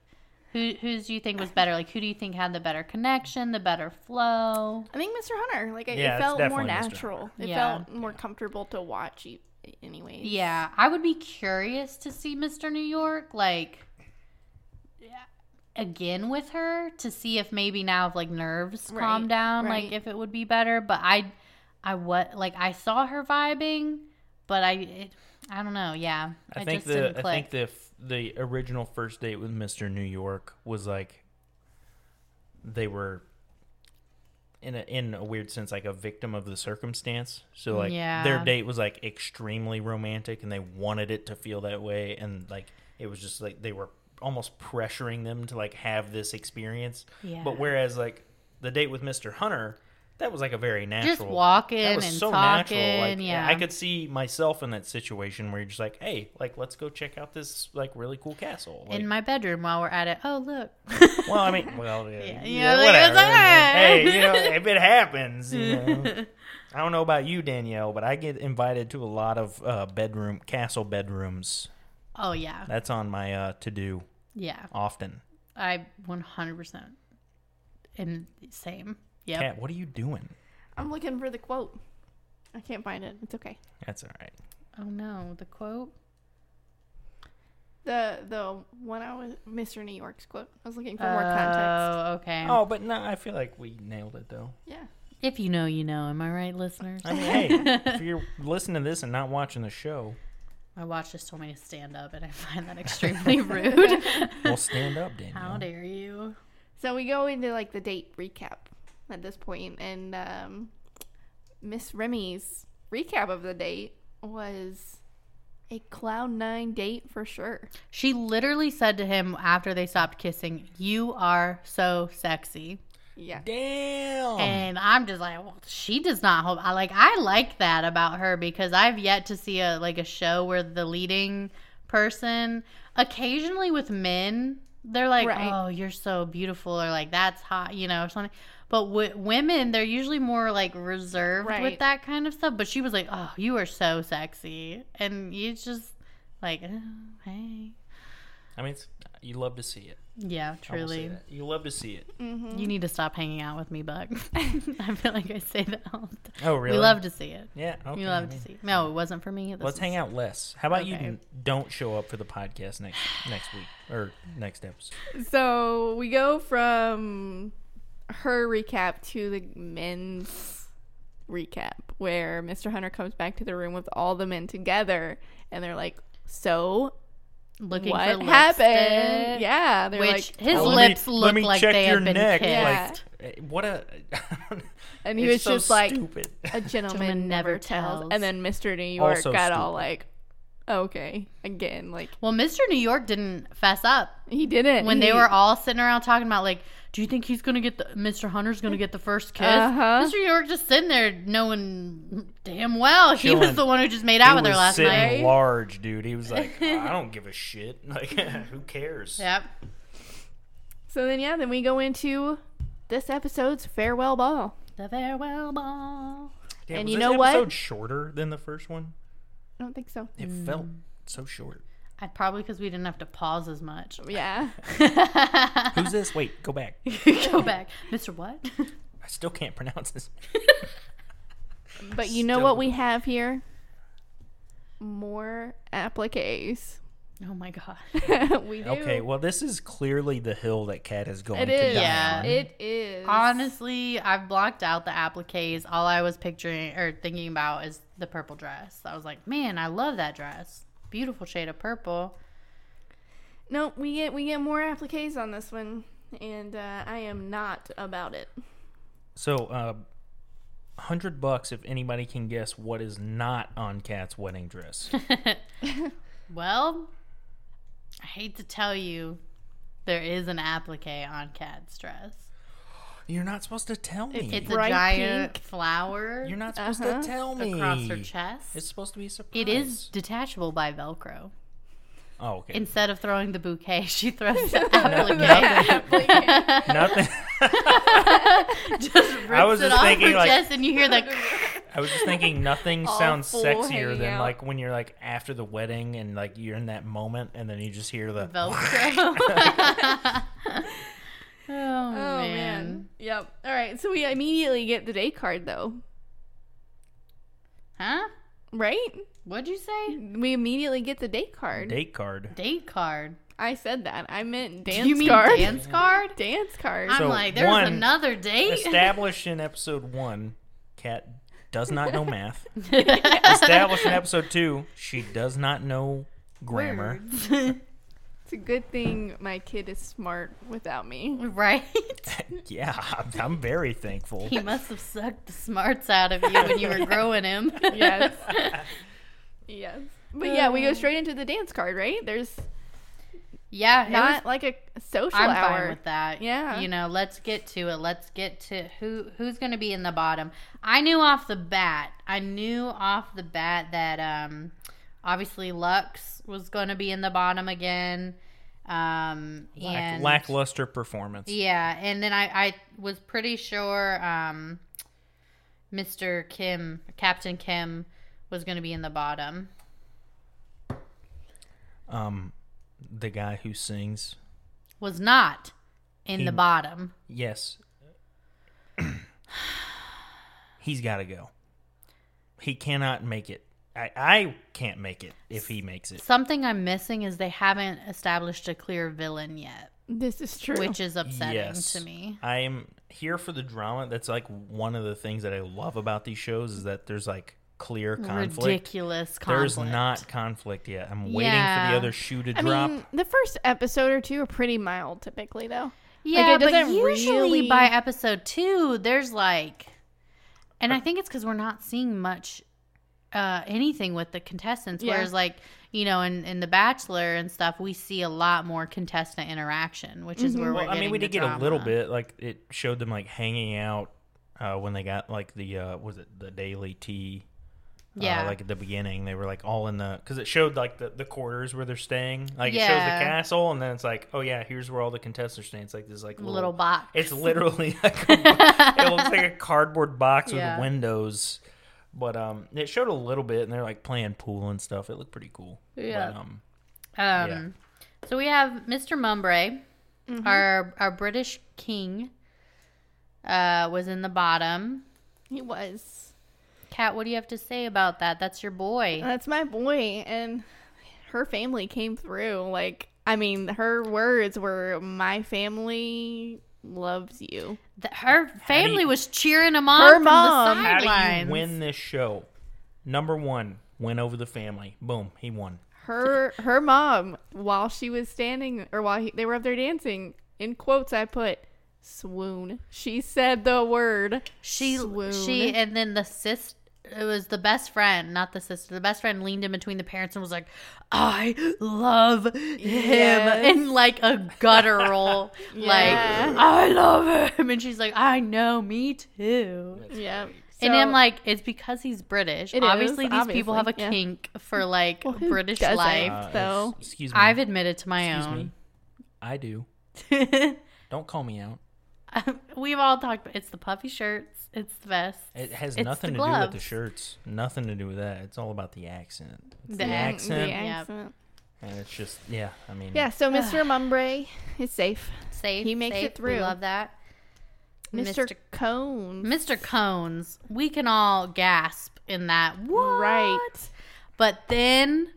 [SPEAKER 1] Who who's do you think was better? Like, who do you think had the better connection, the better flow?
[SPEAKER 3] I think Mr. Hunter. Like it, it
[SPEAKER 2] Yeah, it's
[SPEAKER 3] felt more
[SPEAKER 2] definitely Mr. Hunter.
[SPEAKER 3] natural. It
[SPEAKER 1] Yeah.
[SPEAKER 3] felt more comfortable to watch. e- Anyways.
[SPEAKER 1] Yeah, I would be curious to see Mr. New York like again with her to see if maybe now if like nerves calm
[SPEAKER 3] Right,
[SPEAKER 1] down, like
[SPEAKER 3] right.
[SPEAKER 1] if it would be better. But I, I what like I saw her vibing, but I, it, I don't know. Yeah,
[SPEAKER 2] I
[SPEAKER 1] it
[SPEAKER 2] think
[SPEAKER 1] just didn't
[SPEAKER 2] the I
[SPEAKER 1] click.
[SPEAKER 2] think the f- the original first date with Mister New York was like they were in a in a weird sense like a victim of the circumstance. So like
[SPEAKER 1] Yeah.
[SPEAKER 2] their date was like extremely romantic, and they wanted it to feel that way, and like it was just like they were almost pressuring them to like have this experience.
[SPEAKER 1] Yeah.
[SPEAKER 2] But whereas like the date with Mister Hunter, that was like a very natural.
[SPEAKER 1] just walking
[SPEAKER 2] That was
[SPEAKER 1] and
[SPEAKER 2] so
[SPEAKER 1] talking.
[SPEAKER 2] natural. Like,
[SPEAKER 1] yeah,
[SPEAKER 2] I could see myself in that situation where you're just like, hey, like let's go check out this like really cool castle. Like,
[SPEAKER 1] in my bedroom while we're at it. Oh look,
[SPEAKER 2] well, I mean, well, yeah,
[SPEAKER 1] Yeah,
[SPEAKER 2] yeah,
[SPEAKER 1] you know, like,
[SPEAKER 2] whatever.
[SPEAKER 1] it's like,
[SPEAKER 2] hey, you know, if it happens, you know. I don't know about you, Danielle, but I get invited to a lot of uh, bedroom castle bedrooms.
[SPEAKER 1] oh yeah,
[SPEAKER 2] That's on my uh, to do
[SPEAKER 1] yeah.
[SPEAKER 2] often.
[SPEAKER 1] I one hundred percent am same. Yep.
[SPEAKER 2] Kat, what are you doing?
[SPEAKER 3] I'm looking for the quote. I can't find it. It's okay.
[SPEAKER 2] That's all right.
[SPEAKER 1] Oh no, the quote.
[SPEAKER 3] The the one I was Mr. New York's quote. I was looking for more context.
[SPEAKER 1] Oh, okay.
[SPEAKER 2] Oh, but no, I feel like we nailed it though.
[SPEAKER 3] Yeah.
[SPEAKER 1] If you know, you know. Am I right, listeners?
[SPEAKER 2] I mean, hey, if you're listening to this and not watching the show,
[SPEAKER 1] My watch just told me to stand up, and I find that extremely rude.
[SPEAKER 2] well, stand up, Danielle.
[SPEAKER 1] How dare you?
[SPEAKER 3] So we go into like the date recap at this point, and um, Miss Remy's recap of the date was a cloud nine date for sure.
[SPEAKER 1] She literally said to him after they stopped kissing, "You are so sexy,"
[SPEAKER 3] Yeah.
[SPEAKER 2] Damn.
[SPEAKER 1] and I'm just like, well, she does not hold. I like, I like that about her because I've yet to see a like a show where the leading person, occasionally with men, they're like,
[SPEAKER 3] Right.
[SPEAKER 1] oh, you're so beautiful, or like that's hot, you know, or something. But with women, they're usually more like reserved with
[SPEAKER 3] Right.
[SPEAKER 1] that kind of stuff. But she was like, oh, you are so sexy, and you just like, oh, hey,
[SPEAKER 2] I mean, it's, You love to see it.
[SPEAKER 1] Yeah,
[SPEAKER 2] I will say
[SPEAKER 1] truly. Mm.
[SPEAKER 2] that. You love to see it.
[SPEAKER 3] Mm-hmm.
[SPEAKER 1] You need to stop hanging out with me, Buck. I feel like I say that all the time.
[SPEAKER 2] Oh, really?
[SPEAKER 1] We love to see it.
[SPEAKER 2] Yeah. Okay.
[SPEAKER 1] we love
[SPEAKER 2] I
[SPEAKER 1] to
[SPEAKER 2] mean,
[SPEAKER 1] see it. No, it wasn't for me. This
[SPEAKER 2] Let's
[SPEAKER 1] is-
[SPEAKER 2] hang out less. How about you
[SPEAKER 1] Okay.
[SPEAKER 2] n- don't show up for the podcast next next week or next episode?
[SPEAKER 3] So we go from her recap to the men's recap, where Mr. Hunter comes back to the room with all the men together, and they're like, "So
[SPEAKER 1] Looking
[SPEAKER 3] what
[SPEAKER 1] for
[SPEAKER 3] happened?"
[SPEAKER 1] lipstick.
[SPEAKER 3] Yeah, they're
[SPEAKER 1] Which
[SPEAKER 3] like,
[SPEAKER 1] his
[SPEAKER 2] Oh, let me-
[SPEAKER 1] lips
[SPEAKER 2] let
[SPEAKER 1] look
[SPEAKER 2] me
[SPEAKER 1] like
[SPEAKER 2] check
[SPEAKER 1] they
[SPEAKER 2] your
[SPEAKER 1] had been
[SPEAKER 2] neck,
[SPEAKER 1] kissed.
[SPEAKER 3] Yeah.
[SPEAKER 2] Eh, What a.
[SPEAKER 3] and he
[SPEAKER 2] it's
[SPEAKER 3] was
[SPEAKER 2] so
[SPEAKER 3] just like,
[SPEAKER 2] stupid.
[SPEAKER 3] "A gentleman never tells."
[SPEAKER 1] tells.
[SPEAKER 3] And then Mr. New York
[SPEAKER 2] Also
[SPEAKER 3] got
[SPEAKER 2] stupid.
[SPEAKER 3] all like, "Okay, again, like
[SPEAKER 1] Well, Mr. New York didn't fess up
[SPEAKER 3] he didn't."
[SPEAKER 1] when
[SPEAKER 3] He-
[SPEAKER 1] they were all sitting around talking about like, do you think he's gonna get the Mr. Hunter's gonna get the first kiss?
[SPEAKER 3] Uh-huh.
[SPEAKER 1] Mr. New York just sitting there knowing damn well he was
[SPEAKER 2] Chilling.
[SPEAKER 1] the one who just made out
[SPEAKER 2] he
[SPEAKER 1] with her
[SPEAKER 2] was
[SPEAKER 1] last
[SPEAKER 2] sitting
[SPEAKER 1] night.
[SPEAKER 2] large, dude. He was like, I don't give a shit. Like, who cares?
[SPEAKER 1] Yep.
[SPEAKER 3] So then, yeah, then we go into this episode's farewell ball.
[SPEAKER 1] The farewell ball.
[SPEAKER 2] Damn,
[SPEAKER 3] And
[SPEAKER 2] was
[SPEAKER 3] you
[SPEAKER 2] this
[SPEAKER 3] know what?
[SPEAKER 2] episode Shorter than the first one.
[SPEAKER 3] I don't think so.
[SPEAKER 2] It
[SPEAKER 1] Mm.
[SPEAKER 2] felt so short.
[SPEAKER 1] I probably because we didn't have to pause as much.
[SPEAKER 3] Yeah.
[SPEAKER 2] Who's this? Wait, go back.
[SPEAKER 1] Go back, Mr. What?
[SPEAKER 2] I still can't pronounce this.
[SPEAKER 3] But you know
[SPEAKER 2] Still-
[SPEAKER 3] what we have here? More appliques.
[SPEAKER 1] oh my god.
[SPEAKER 3] we do.
[SPEAKER 2] Okay, well, this is clearly the hill that Kat is going
[SPEAKER 3] It
[SPEAKER 2] to
[SPEAKER 3] is.
[SPEAKER 2] die
[SPEAKER 1] Yeah.
[SPEAKER 2] on.
[SPEAKER 3] It is.
[SPEAKER 1] Honestly, I've blocked out the appliques. All I was picturing or thinking about is the purple dress. I was like, man, I love that dress. Beautiful shade of purple.
[SPEAKER 3] No, we get we get more appliques on this one, and uh, I am not about it.
[SPEAKER 2] So, uh, hundred bucks if anybody can guess what is not on Kat's wedding dress.
[SPEAKER 1] Well, I hate to tell you, there is an applique on Cad's dress.
[SPEAKER 2] You're not supposed to tell me.
[SPEAKER 1] It's a
[SPEAKER 3] Bright
[SPEAKER 1] giant
[SPEAKER 3] pink.
[SPEAKER 1] flower
[SPEAKER 2] You're not supposed
[SPEAKER 3] Uh-huh.
[SPEAKER 2] to tell me.
[SPEAKER 1] across her chest.
[SPEAKER 2] It's supposed to be a surprise.
[SPEAKER 1] It is detachable by Velcro.
[SPEAKER 2] Oh, okay.
[SPEAKER 1] Instead of throwing the bouquet, she throws the applique.
[SPEAKER 3] Applique.
[SPEAKER 2] Nothing.
[SPEAKER 1] just rips
[SPEAKER 2] I was
[SPEAKER 1] it
[SPEAKER 2] just
[SPEAKER 1] off
[SPEAKER 2] thinking,
[SPEAKER 1] her
[SPEAKER 2] like-
[SPEAKER 1] chest, and you hear the.
[SPEAKER 2] I was just thinking nothing
[SPEAKER 3] All
[SPEAKER 2] sounds
[SPEAKER 3] full
[SPEAKER 2] sexier
[SPEAKER 3] hanging
[SPEAKER 2] than
[SPEAKER 3] out.
[SPEAKER 2] like when you're like after the wedding and like you're in that moment and then you just hear the
[SPEAKER 1] Velcro. oh,
[SPEAKER 3] oh man.
[SPEAKER 1] man.
[SPEAKER 3] Yep. All right. So we immediately get the day card though,
[SPEAKER 1] Huh?
[SPEAKER 3] right?
[SPEAKER 1] What'd you say?
[SPEAKER 3] We immediately get the date card.
[SPEAKER 2] date card.
[SPEAKER 1] Date card.
[SPEAKER 3] I said that. I meant
[SPEAKER 1] Do
[SPEAKER 3] dance
[SPEAKER 1] you mean
[SPEAKER 3] card.
[SPEAKER 1] dance card?
[SPEAKER 3] dance card.
[SPEAKER 1] I'm
[SPEAKER 2] So,
[SPEAKER 1] like, there's
[SPEAKER 2] one,
[SPEAKER 1] another date.
[SPEAKER 2] Established in episode one, Kat does not know math. Established in episode two, she does not know grammar.
[SPEAKER 1] Words.
[SPEAKER 3] It's a good thing my kid is smart without me.
[SPEAKER 1] right?
[SPEAKER 2] Yeah, I'm, I'm very thankful.
[SPEAKER 1] He must have sucked the smarts out of you when you were growing him.
[SPEAKER 3] Yes. yes. But yeah, we go straight into the dance card, right? There's
[SPEAKER 1] Yeah, it was-
[SPEAKER 3] not like a social
[SPEAKER 1] I'm
[SPEAKER 3] hour.
[SPEAKER 1] fine with that.
[SPEAKER 3] Yeah.
[SPEAKER 1] you know, let's get to it. Let's get to who who's going to be in the bottom. I knew off the bat. I knew off the bat that um, obviously Lux was going to be in the bottom again. Um,
[SPEAKER 2] Lack,
[SPEAKER 1] and
[SPEAKER 2] lackluster performance.
[SPEAKER 1] yeah, and then I, I was pretty sure um, Mr. Kim, Captain Kim, was going to be in the bottom.
[SPEAKER 2] Um, the guy who sings.
[SPEAKER 1] Was not in
[SPEAKER 2] He-
[SPEAKER 1] the bottom.
[SPEAKER 2] Yes. He's got to go. He cannot make it. I, I can't make it if he makes it.
[SPEAKER 1] Something I'm missing is they haven't established a clear villain yet.
[SPEAKER 3] This is true.
[SPEAKER 1] which is upsetting
[SPEAKER 2] Yes.
[SPEAKER 1] to me.
[SPEAKER 2] I'm here for the drama. That's like one of the things that I love about these shows is that there's like clear conflict.
[SPEAKER 1] Ridiculous conflict.
[SPEAKER 2] There's not conflict yet. I'm waiting for
[SPEAKER 1] Yeah.
[SPEAKER 2] the other shoe to
[SPEAKER 3] I
[SPEAKER 2] drop.
[SPEAKER 3] mean, the first episode or two are pretty mild typically though.
[SPEAKER 1] Yeah,
[SPEAKER 3] Like, it
[SPEAKER 1] but
[SPEAKER 3] doesn't
[SPEAKER 1] usually
[SPEAKER 3] really-
[SPEAKER 1] by episode two, there's like, and I think it's because we're not seeing much, uh, anything with the contestants.
[SPEAKER 3] Yeah.
[SPEAKER 1] Whereas, like you know, in in The Bachelor and stuff, we see a lot more contestant interaction, which is where
[SPEAKER 2] well,
[SPEAKER 1] we're.
[SPEAKER 2] I mean, we
[SPEAKER 1] getting
[SPEAKER 2] did
[SPEAKER 1] the
[SPEAKER 2] get a little
[SPEAKER 1] drama.
[SPEAKER 2] bit. Like it showed them like hanging out uh, when they got like the uh, was it the daily tea.
[SPEAKER 1] Yeah.
[SPEAKER 2] Uh, like at the beginning, they were like all in the because it showed like the, the quarters where they're staying. Like it shows
[SPEAKER 1] Yeah.
[SPEAKER 2] the castle, and then it's like, oh yeah, here's where all the contestants are staying. It's like this like
[SPEAKER 1] little, box.
[SPEAKER 2] It's literally like a, it looks like a cardboard box
[SPEAKER 1] Yeah.
[SPEAKER 2] with windows. But um, it showed a little bit, and they're like playing pool and stuff. It looked pretty cool.
[SPEAKER 1] Yeah.
[SPEAKER 2] But, um,
[SPEAKER 1] Um,
[SPEAKER 2] Yeah.
[SPEAKER 1] So we have Mr. Mumbray, Mm-hmm. our our British king, uh, was in the bottom.
[SPEAKER 3] He was.
[SPEAKER 1] Kat, what do you have to say about that? That's your boy.
[SPEAKER 3] That's my boy, and her family came through. Like, I mean, her words were, "My family loves you."
[SPEAKER 1] Th- Her family
[SPEAKER 2] you-
[SPEAKER 1] was cheering him on
[SPEAKER 3] Her
[SPEAKER 1] from
[SPEAKER 3] mom.
[SPEAKER 1] the
[SPEAKER 2] How do
[SPEAKER 1] sidelines.
[SPEAKER 2] you win this show? Number one, win over the family. Boom, he won.
[SPEAKER 3] Her her mom, while she was standing, or while he, they were up there dancing, in quotes, I put swoon. She said the word.
[SPEAKER 1] She
[SPEAKER 3] swoon.
[SPEAKER 1] she and then the sis it was the best friend, not the sister. The best friend leaned in between the parents and was like, "I love him,"
[SPEAKER 3] Yes.
[SPEAKER 1] in like a guttural,
[SPEAKER 3] Yeah.
[SPEAKER 1] like, "I love him," and she's like, "I know, me too.
[SPEAKER 3] yeah.
[SPEAKER 1] and I'm
[SPEAKER 3] So-
[SPEAKER 1] like, it's because he's British.
[SPEAKER 3] It
[SPEAKER 1] Obviously,
[SPEAKER 3] is,
[SPEAKER 1] these people have a
[SPEAKER 3] obviously, yeah.
[SPEAKER 1] kink for like
[SPEAKER 3] Well, who
[SPEAKER 1] British
[SPEAKER 3] doesn't?
[SPEAKER 1] life.
[SPEAKER 2] Uh,
[SPEAKER 3] So-
[SPEAKER 2] ex- excuse me.
[SPEAKER 1] I've admitted to my
[SPEAKER 2] excuse me.
[SPEAKER 1] own.
[SPEAKER 2] I do. Don't call me out.
[SPEAKER 1] Um, We've all talked about it's the puffy shirts, it's the vests,
[SPEAKER 2] It has
[SPEAKER 1] it's
[SPEAKER 2] nothing
[SPEAKER 1] the
[SPEAKER 2] to do with the
[SPEAKER 1] gloves.
[SPEAKER 2] shirts. Nothing to do with that. It's all about the accent. It's
[SPEAKER 1] The
[SPEAKER 2] the,
[SPEAKER 1] ac-
[SPEAKER 2] accent.
[SPEAKER 3] The
[SPEAKER 1] yeah.
[SPEAKER 3] accent.
[SPEAKER 2] And it's just, yeah, I mean.
[SPEAKER 3] Yeah. So Mr. Mumbray is safe.
[SPEAKER 1] Safe.
[SPEAKER 3] He makes it
[SPEAKER 1] safe. We
[SPEAKER 3] through.
[SPEAKER 1] love that.
[SPEAKER 3] Mr.
[SPEAKER 1] Mr.
[SPEAKER 3] Cone.
[SPEAKER 1] Mr. Cones, we can all gasp in that. What?
[SPEAKER 3] Right.
[SPEAKER 1] But then,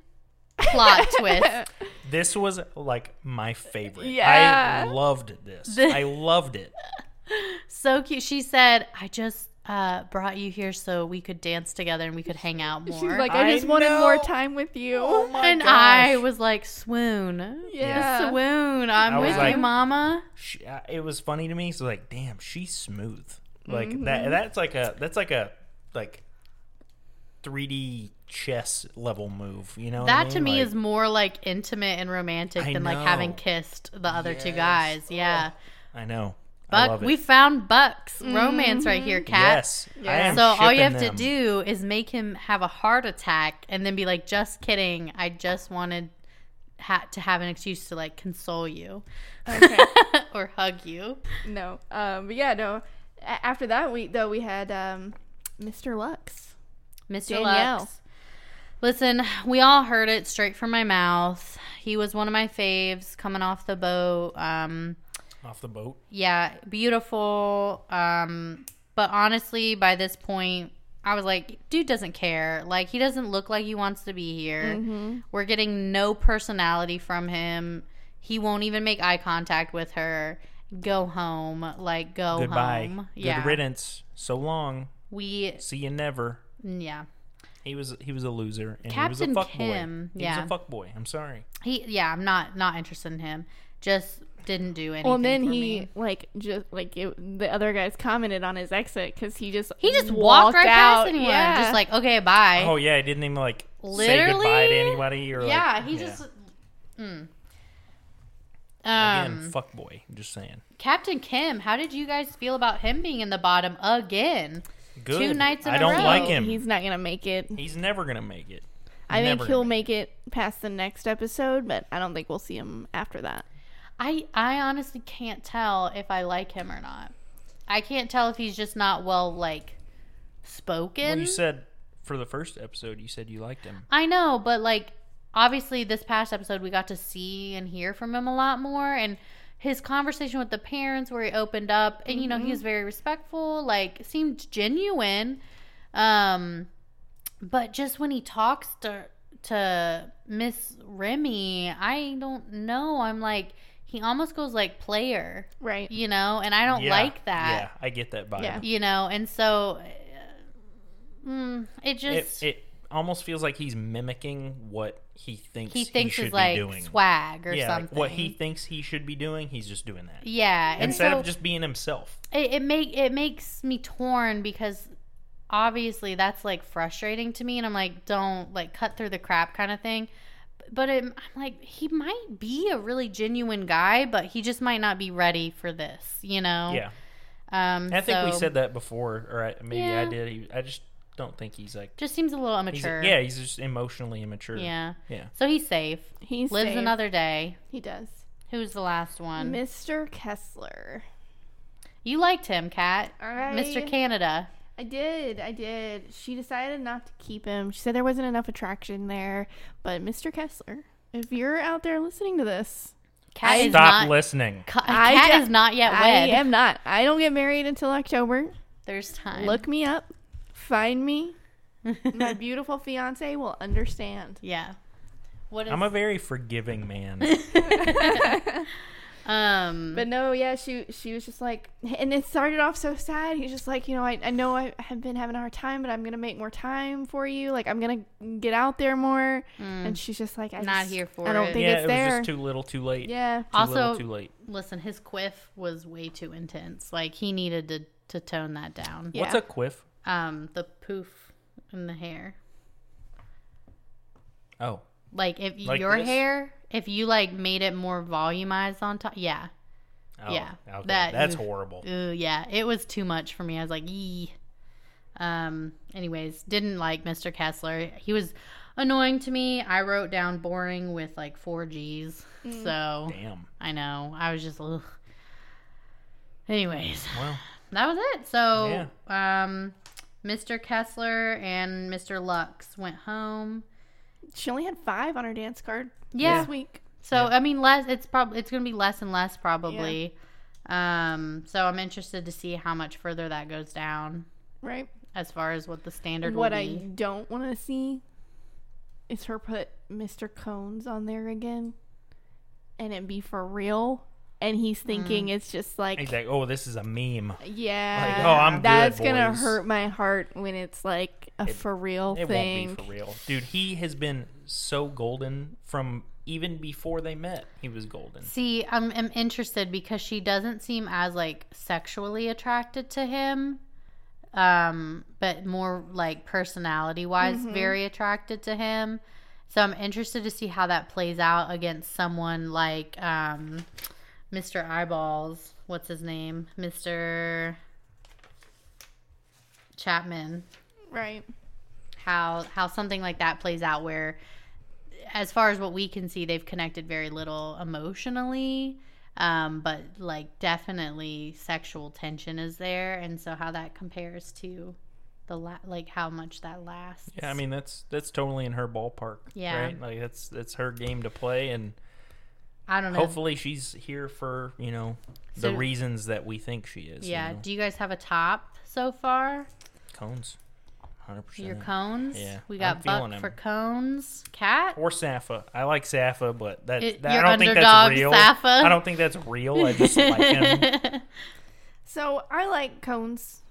[SPEAKER 1] plot twist.
[SPEAKER 2] This was like my favorite.
[SPEAKER 3] Yeah.
[SPEAKER 2] I loved this.
[SPEAKER 1] The-
[SPEAKER 2] I loved it.
[SPEAKER 1] So cute. She said, I just uh, brought you here so we could dance together and we could hang out more.
[SPEAKER 3] She's like,
[SPEAKER 2] I
[SPEAKER 3] I just wanted more
[SPEAKER 2] know.
[SPEAKER 3] time with you.
[SPEAKER 2] "Oh my
[SPEAKER 1] and I was like, swoon.
[SPEAKER 3] Yeah.
[SPEAKER 1] Swoon. I'm
[SPEAKER 2] I was
[SPEAKER 1] with
[SPEAKER 2] like-
[SPEAKER 1] you, mama.
[SPEAKER 2] She, uh, it was funny to me. So like, damn, she's smooth. Like that. That's like a. That's like a like. 3D chess level move. You know what I
[SPEAKER 1] That to
[SPEAKER 2] mean?
[SPEAKER 1] me
[SPEAKER 2] Like,
[SPEAKER 1] is more like intimate and romantic
[SPEAKER 2] Oh I
[SPEAKER 1] than like
[SPEAKER 2] know.
[SPEAKER 1] having kissed the other two
[SPEAKER 2] Yes.
[SPEAKER 1] guys. Yeah.
[SPEAKER 2] I know. I
[SPEAKER 1] Buck,
[SPEAKER 2] love it.
[SPEAKER 1] we found Buck's
[SPEAKER 3] Mm-hmm.
[SPEAKER 1] romance right here, Kat.
[SPEAKER 2] Yes. I
[SPEAKER 3] Yeah.
[SPEAKER 2] am
[SPEAKER 1] So all you
[SPEAKER 2] shipping
[SPEAKER 1] have
[SPEAKER 2] them.
[SPEAKER 1] to do is make him have a heart attack and then be like, "Just kidding. I just wanted ha- to have an excuse to like console you
[SPEAKER 3] Okay.
[SPEAKER 1] or hug you."
[SPEAKER 3] no. Um. But yeah. No. A- after that, we though we had um, Mr. Lux.
[SPEAKER 1] Mr.
[SPEAKER 3] Danielle.
[SPEAKER 1] Lux. Listen, we all heard it straight from my mouth. He was one of my faves coming off the boat. Um,
[SPEAKER 2] off the boat.
[SPEAKER 1] yeah, beautiful. Um, but honestly, by this point, I was like, dude doesn't care. Like, he doesn't look like he wants to be here.
[SPEAKER 3] Mm-hmm.
[SPEAKER 1] We're getting no personality from him. He won't even make eye contact with her. Go home. Like, go
[SPEAKER 2] Goodbye.
[SPEAKER 1] home.
[SPEAKER 2] Good riddance. So long.
[SPEAKER 1] We,
[SPEAKER 2] See you never.
[SPEAKER 1] yeah.
[SPEAKER 2] He was he was a loser and he
[SPEAKER 1] Captain
[SPEAKER 2] was a fuck
[SPEAKER 1] Kim,
[SPEAKER 2] boy. He
[SPEAKER 1] yeah.
[SPEAKER 2] was a fuck boy. I'm sorry.
[SPEAKER 1] He, yeah, I'm not, not interested in him. Just didn't do anything.
[SPEAKER 3] Well, and then
[SPEAKER 1] for
[SPEAKER 3] he
[SPEAKER 1] me.
[SPEAKER 3] like just like it, the other guys commented on his exit because he just
[SPEAKER 1] He just walked, right
[SPEAKER 3] out.
[SPEAKER 1] past anyone.
[SPEAKER 3] Yeah.
[SPEAKER 1] Just like, okay, bye.
[SPEAKER 2] Oh yeah, he didn't even like say goodbye
[SPEAKER 1] Literally?
[SPEAKER 2] to anybody or like,
[SPEAKER 1] yeah, he just. Mm. Um,
[SPEAKER 2] again fuck boy. I'm just saying.
[SPEAKER 1] Captain Kim, how did you guys feel about him being in the bottom again?
[SPEAKER 2] Good.
[SPEAKER 1] nights in
[SPEAKER 2] I
[SPEAKER 1] a
[SPEAKER 2] don't
[SPEAKER 1] row.
[SPEAKER 2] like him.
[SPEAKER 3] He's
[SPEAKER 2] He's,
[SPEAKER 3] not gonna make it.
[SPEAKER 2] never gonna make it.
[SPEAKER 3] I think
[SPEAKER 2] Never
[SPEAKER 3] he'll
[SPEAKER 2] gonna
[SPEAKER 3] make it past the next episode, but I don't think we'll see him after that.
[SPEAKER 1] I I honestly can't tell if I like him or not. I can't tell if he's just not well like spoken.
[SPEAKER 2] Well, you said for the first episode, you said you liked him.
[SPEAKER 1] I know, but like obviously this past episode we got to see and hear from him a lot more and his conversation with the parents where he opened up and you know
[SPEAKER 2] Mm-hmm.
[SPEAKER 1] he was very respectful, like seemed genuine. Um but just when he talks to to Miss Remy, I don't know. I'm like he almost goes like player,
[SPEAKER 3] Right.
[SPEAKER 1] you know, and I don't
[SPEAKER 2] Yeah,
[SPEAKER 1] like that.
[SPEAKER 2] Yeah, I get that vibe.
[SPEAKER 3] Yeah.
[SPEAKER 1] You know, and so uh, mm, it
[SPEAKER 2] It
[SPEAKER 1] just
[SPEAKER 2] it almost feels like he's mimicking what he thinks
[SPEAKER 1] he thinks
[SPEAKER 2] should
[SPEAKER 1] is
[SPEAKER 2] be
[SPEAKER 1] like
[SPEAKER 2] doing.
[SPEAKER 1] swag or
[SPEAKER 2] yeah, like,
[SPEAKER 1] something.
[SPEAKER 2] what he thinks he should be doing, he's just doing that.
[SPEAKER 1] yeah, and
[SPEAKER 2] Instead
[SPEAKER 1] so
[SPEAKER 2] of just being himself.
[SPEAKER 1] it, it make it makes me torn because obviously that's like frustrating to me, and I'm like, don't like cut through the crap kind of thing. But it, I'm like, he might be a really genuine guy, but he just might not be ready for this, you know?
[SPEAKER 2] Yeah.
[SPEAKER 1] Um,
[SPEAKER 2] I think
[SPEAKER 1] Oh,
[SPEAKER 2] we
[SPEAKER 1] so
[SPEAKER 2] said that before, or I, maybe I
[SPEAKER 1] Yeah.
[SPEAKER 2] did. He- I just don't think he's like.
[SPEAKER 1] just seems a little
[SPEAKER 2] He's,
[SPEAKER 1] immature.
[SPEAKER 2] yeah, he's just emotionally immature.
[SPEAKER 1] yeah.
[SPEAKER 2] Yeah.
[SPEAKER 1] So he's safe.
[SPEAKER 3] He's
[SPEAKER 1] Lives
[SPEAKER 3] safe.
[SPEAKER 1] another day.
[SPEAKER 3] He does.
[SPEAKER 1] Who's the last one?
[SPEAKER 3] Mr. Kessler.
[SPEAKER 1] you liked him, Kat. Mr.
[SPEAKER 3] I-
[SPEAKER 1] Canada.
[SPEAKER 3] I did. I did. She decided not to keep him. She said there wasn't enough attraction there, but Mr. Kessler. If you're out there listening to this,
[SPEAKER 1] Cat is
[SPEAKER 2] Stop
[SPEAKER 1] not.
[SPEAKER 2] listening.
[SPEAKER 1] Ca-
[SPEAKER 3] I
[SPEAKER 1] cat
[SPEAKER 3] ju-
[SPEAKER 1] is not yet
[SPEAKER 3] I
[SPEAKER 1] wed.
[SPEAKER 3] am not. I don't get married until October.
[SPEAKER 1] There's time.
[SPEAKER 3] Look me up. Find me. My beautiful fiance will understand.
[SPEAKER 1] yeah. What is
[SPEAKER 2] I'm a very forgiving man.
[SPEAKER 1] um?
[SPEAKER 3] But no, yeah, she she was just like, and it started off so sad. He's just like, you know, I, I know I have been having a hard time, but I'm gonna make more time for you. Like I'm gonna get out there more. And she's just like, I
[SPEAKER 1] Mm. Not
[SPEAKER 3] just-
[SPEAKER 1] here for
[SPEAKER 3] I don't
[SPEAKER 1] it.
[SPEAKER 3] think
[SPEAKER 2] yeah,
[SPEAKER 3] it's
[SPEAKER 2] it was
[SPEAKER 3] there.
[SPEAKER 2] just too little, too late.
[SPEAKER 3] yeah,
[SPEAKER 2] Too little,
[SPEAKER 1] Also-
[SPEAKER 2] too late.
[SPEAKER 1] Listen, his quiff was way too intense. Like he needed to to tone that down.
[SPEAKER 3] Yeah.
[SPEAKER 2] What's a quiff?
[SPEAKER 1] Um, the poof in the hair.
[SPEAKER 2] Oh,
[SPEAKER 1] Like if
[SPEAKER 2] Like
[SPEAKER 1] your
[SPEAKER 2] this?
[SPEAKER 1] hair, if you like made it more volumized on top, yeah,
[SPEAKER 2] oh
[SPEAKER 1] Yeah,
[SPEAKER 2] Okay.
[SPEAKER 1] that-
[SPEAKER 2] That's horrible.
[SPEAKER 1] Ooh, yeah, it was too much for me. I was like, ee. Um. Anyways, didn't like Mr. Kessler. He was annoying to me. I wrote down boring with like four G's. So
[SPEAKER 2] Damn.
[SPEAKER 1] I know I was just. Ugh. Anyways,
[SPEAKER 2] Well,
[SPEAKER 1] that was it. So, um, Mr. Kessler and Mr. Lux went home.
[SPEAKER 3] she only had five on her dance card
[SPEAKER 1] Yeah.
[SPEAKER 3] this week.
[SPEAKER 1] So I mean, less. It's probably it's gonna be less and less probably. Um. So I'm interested to see how much further that goes down.
[SPEAKER 3] Right.
[SPEAKER 1] as far as what the standard
[SPEAKER 3] What
[SPEAKER 1] will
[SPEAKER 3] I
[SPEAKER 1] be.
[SPEAKER 3] don't want to see is her put Mr. Cones on there again, and it be for real. And he's thinking
[SPEAKER 1] Mm.
[SPEAKER 3] it's just like,
[SPEAKER 2] he's like, oh, this is a meme.
[SPEAKER 3] yeah,
[SPEAKER 2] Like, oh, I'm good,
[SPEAKER 3] that's gonna
[SPEAKER 2] boys.
[SPEAKER 3] hurt my heart when it's like a for real
[SPEAKER 2] It
[SPEAKER 3] thing.
[SPEAKER 2] won't be for real, dude. He has been so golden from even before they met. He was golden.
[SPEAKER 1] See, I'm, I'm interested because she doesn't seem as like sexually attracted to him, um, but more like personality wise,
[SPEAKER 3] Mm-hmm.
[SPEAKER 1] very attracted to him. So I'm interested to see how that plays out against someone like um, Mr. Eyeballs. What's his name, Mr. Chapman?
[SPEAKER 3] Right.
[SPEAKER 1] how how something like that plays out where as far as what we can see they've connected very little emotionally um, but like definitely sexual tension is there and so how that compares to the la- like how much that lasts
[SPEAKER 2] Yeah, I mean that's that's totally in her ballpark.
[SPEAKER 1] Yeah.
[SPEAKER 2] right. Like that's that's her game to play, and
[SPEAKER 1] i don't know
[SPEAKER 2] hopefully she's here for you know the
[SPEAKER 1] So-
[SPEAKER 2] reasons that we think she is. you
[SPEAKER 1] yeah
[SPEAKER 2] know?
[SPEAKER 1] do you guys have a top so far
[SPEAKER 2] cones, hundred percent.
[SPEAKER 1] your cones
[SPEAKER 2] Yeah,
[SPEAKER 1] we
[SPEAKER 2] I'm
[SPEAKER 1] got
[SPEAKER 2] feeling
[SPEAKER 1] buck
[SPEAKER 2] him.
[SPEAKER 1] for cones cat
[SPEAKER 2] or Sappha. I like Sappha, but that,
[SPEAKER 1] It-
[SPEAKER 2] that- I
[SPEAKER 1] your
[SPEAKER 2] don't think that's
[SPEAKER 1] underdog,
[SPEAKER 2] real.
[SPEAKER 1] Sappha.
[SPEAKER 2] I don't think that's real. I just like him.
[SPEAKER 3] So I like cones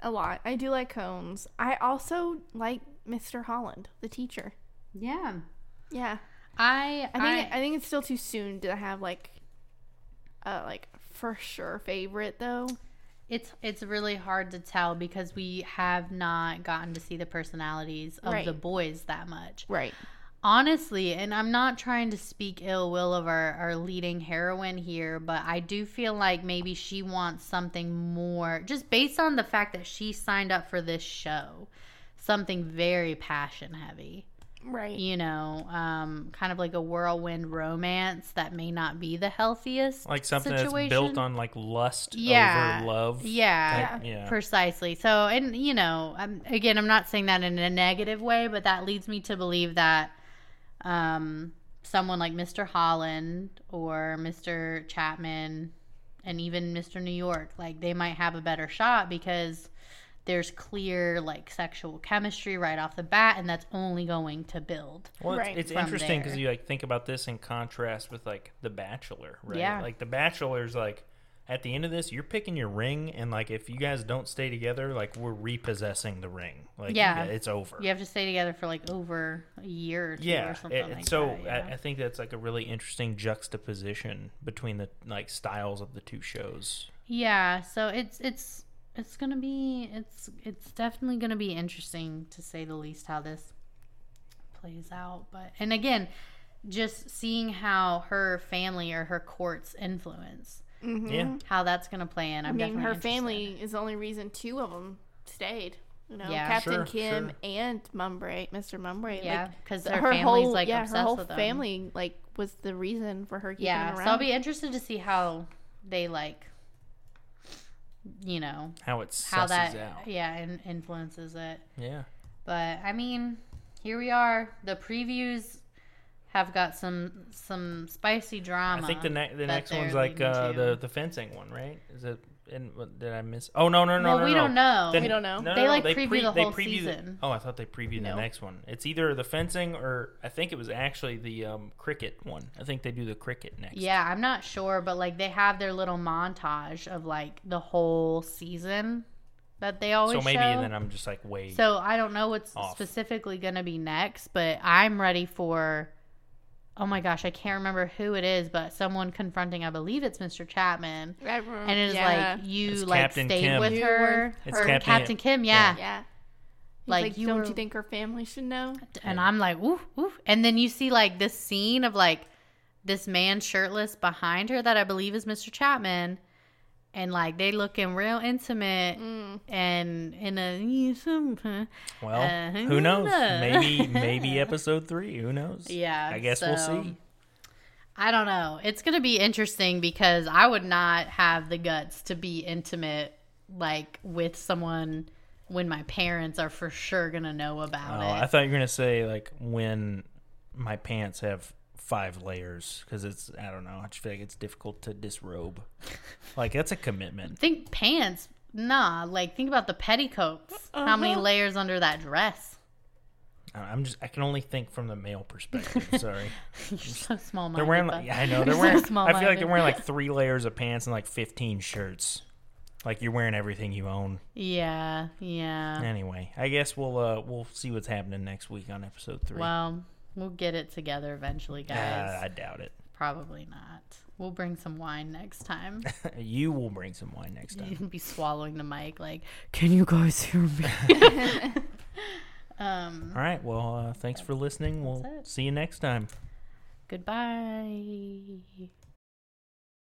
[SPEAKER 3] a lot. I do like cones. I also like Mr. Holland, the teacher.
[SPEAKER 1] yeah
[SPEAKER 3] Yeah.
[SPEAKER 1] i
[SPEAKER 3] I think I, think it's still too soon to have like a like for sure favorite though.
[SPEAKER 1] It's it's really hard to tell because we have not gotten to see the personalities of
[SPEAKER 3] Right.
[SPEAKER 1] the boys that much.
[SPEAKER 3] Right.
[SPEAKER 1] Honestly, and I'm not trying to speak ill will of our, our leading heroine here, but I do feel like maybe she wants something more just based on the fact that she signed up for this show. Something very passion heavy
[SPEAKER 3] Right.
[SPEAKER 1] you know, um, kind of like a whirlwind romance that may not be the healthiest.
[SPEAKER 2] Like something that's built
[SPEAKER 1] Situation.
[SPEAKER 2] on like lust
[SPEAKER 1] Yeah.
[SPEAKER 2] over love.
[SPEAKER 1] Yeah,
[SPEAKER 2] Like, yeah.
[SPEAKER 1] precisely. So, and you know, I'm, again, I'm not saying that in a negative way, but that leads me to believe that um, someone like Mr. Holland or Mr. Chapman and even Mr. New York, like they might have a better shot because there's clear like sexual chemistry right off the bat, and that's only going to build.
[SPEAKER 2] Well,
[SPEAKER 3] Right.
[SPEAKER 2] it's, it's
[SPEAKER 1] From
[SPEAKER 2] interesting because
[SPEAKER 1] there.
[SPEAKER 2] you like think about this in contrast with like The Bachelor, right?
[SPEAKER 1] Yeah.
[SPEAKER 2] Like The Bachelor's like at the end of this, you're picking your ring, and like if you guys don't stay together, like we're repossessing the ring. Like
[SPEAKER 1] Yeah.
[SPEAKER 2] it's over.
[SPEAKER 1] You have to stay together for like over a year or two
[SPEAKER 2] yeah
[SPEAKER 1] or something
[SPEAKER 2] it-
[SPEAKER 1] like
[SPEAKER 2] so
[SPEAKER 1] that. yeah.
[SPEAKER 2] I, I think that's like a really interesting juxtaposition between the like styles of the two shows
[SPEAKER 1] Yeah, so it's it's it's gonna be it's it's definitely gonna be interesting to say the least how this plays out. But and again, just seeing how her family or her court's influence,
[SPEAKER 3] Mm-hmm.
[SPEAKER 2] yeah
[SPEAKER 1] how that's gonna play in.
[SPEAKER 3] I
[SPEAKER 1] I'm
[SPEAKER 3] mean,
[SPEAKER 1] definitely
[SPEAKER 3] her
[SPEAKER 1] interested.
[SPEAKER 3] family is the only reason two of them stayed. You know,
[SPEAKER 1] Yeah.
[SPEAKER 3] Captain
[SPEAKER 2] Sure,
[SPEAKER 3] Kim
[SPEAKER 2] sure.
[SPEAKER 3] and Mumbre, Mr. Mumbre.
[SPEAKER 1] Yeah,
[SPEAKER 3] Like,
[SPEAKER 1] because
[SPEAKER 3] th-
[SPEAKER 1] her, family's
[SPEAKER 3] whole
[SPEAKER 1] like
[SPEAKER 3] yeah,
[SPEAKER 1] obsessed
[SPEAKER 3] her whole
[SPEAKER 1] with them.
[SPEAKER 3] family like was the reason for her keeping
[SPEAKER 1] Yeah,
[SPEAKER 3] him
[SPEAKER 1] so
[SPEAKER 3] around.
[SPEAKER 1] I'll be interested to see how they like, you know,
[SPEAKER 2] how it's
[SPEAKER 1] how that
[SPEAKER 2] out
[SPEAKER 1] yeah and influences it.
[SPEAKER 2] yeah
[SPEAKER 1] But I mean, here we are. The previews have got some some spicy drama.
[SPEAKER 2] I think the, ne- the
[SPEAKER 1] that
[SPEAKER 2] next one's
[SPEAKER 1] they're
[SPEAKER 2] like
[SPEAKER 1] leading
[SPEAKER 2] uh,
[SPEAKER 1] to.
[SPEAKER 2] the the fencing one, right? Is it? And what- did I miss? Oh no no no
[SPEAKER 1] Well,
[SPEAKER 2] no,
[SPEAKER 1] we
[SPEAKER 2] no.
[SPEAKER 1] don't know.
[SPEAKER 2] Then-
[SPEAKER 3] We don't know.
[SPEAKER 1] They, like, preview the whole season.
[SPEAKER 2] oh, I thought they previewed
[SPEAKER 1] No.
[SPEAKER 2] the next one. It's either the fencing or I think it was actually the um, cricket one. I think they do the cricket next.
[SPEAKER 1] Yeah, I'm not sure, but like they have their little montage of like the whole season that they always
[SPEAKER 2] So maybe
[SPEAKER 1] show.
[SPEAKER 2] then I'm just like way.
[SPEAKER 1] so I don't know what's
[SPEAKER 2] Off.
[SPEAKER 1] specifically going to be next, but I'm ready for. Oh my gosh, I can't remember who it is, but someone confronting. I believe it's Mr. Chapman, and it is like you
[SPEAKER 2] It's
[SPEAKER 1] like
[SPEAKER 2] Captain
[SPEAKER 1] stayed
[SPEAKER 2] Kim.
[SPEAKER 1] with
[SPEAKER 3] You
[SPEAKER 1] her,
[SPEAKER 3] were
[SPEAKER 2] It's
[SPEAKER 1] or
[SPEAKER 2] Captain-
[SPEAKER 1] Captain Kim, yeah.
[SPEAKER 3] yeah. He's
[SPEAKER 1] Like,
[SPEAKER 3] like,
[SPEAKER 1] you
[SPEAKER 3] don't
[SPEAKER 1] were-
[SPEAKER 3] you think her family should know?
[SPEAKER 1] And I'm like, ooh, ooh. And then you see like this scene of like this man shirtless behind her that I believe is Mr. Chapman. And like they looking real intimate
[SPEAKER 3] Mm.
[SPEAKER 1] and in a
[SPEAKER 2] well,
[SPEAKER 1] uh,
[SPEAKER 2] who knows?
[SPEAKER 1] yeah.
[SPEAKER 2] maybe maybe episode three. Who knows?
[SPEAKER 1] yeah.
[SPEAKER 2] I guess we'll
[SPEAKER 1] so,
[SPEAKER 2] see.
[SPEAKER 1] I don't know. It's gonna be interesting because I would not have the guts to be intimate like with someone when my parents are for sure gonna know
[SPEAKER 2] Oh,
[SPEAKER 1] about it.
[SPEAKER 2] I thought you were gonna say like when my pants have five layers because it's I don't know. I just feel like it's difficult to disrobe. like that's a commitment.
[SPEAKER 1] Think pants. Nah, like think about the petticoats. How many
[SPEAKER 3] Uh-huh.
[SPEAKER 1] layers under that dress?
[SPEAKER 2] I- I'm just I can only think from the male perspective. Sorry,
[SPEAKER 1] You're so small minded.
[SPEAKER 2] they're wearing like yeah, I know they're
[SPEAKER 1] So
[SPEAKER 2] wearing. I feel like
[SPEAKER 1] small-minded.
[SPEAKER 2] they're wearing like three layers of pants and like 15 shirts. Like you're wearing everything you own.
[SPEAKER 1] yeah, yeah.
[SPEAKER 2] Anyway, I guess we'll uh we'll see what's happening next week on episode three.
[SPEAKER 1] Well, we'll get it together eventually,
[SPEAKER 2] Uh,
[SPEAKER 1] guys.
[SPEAKER 2] I doubt it.
[SPEAKER 1] Probably not. We'll bring some wine next time.
[SPEAKER 2] You will bring some wine next time.
[SPEAKER 1] You'd be swallowing the mic like, can you guys hear me? um,
[SPEAKER 2] All right. Well, uh, thanks for listening. We'll
[SPEAKER 1] That's it.
[SPEAKER 2] see you next time.
[SPEAKER 1] goodbye.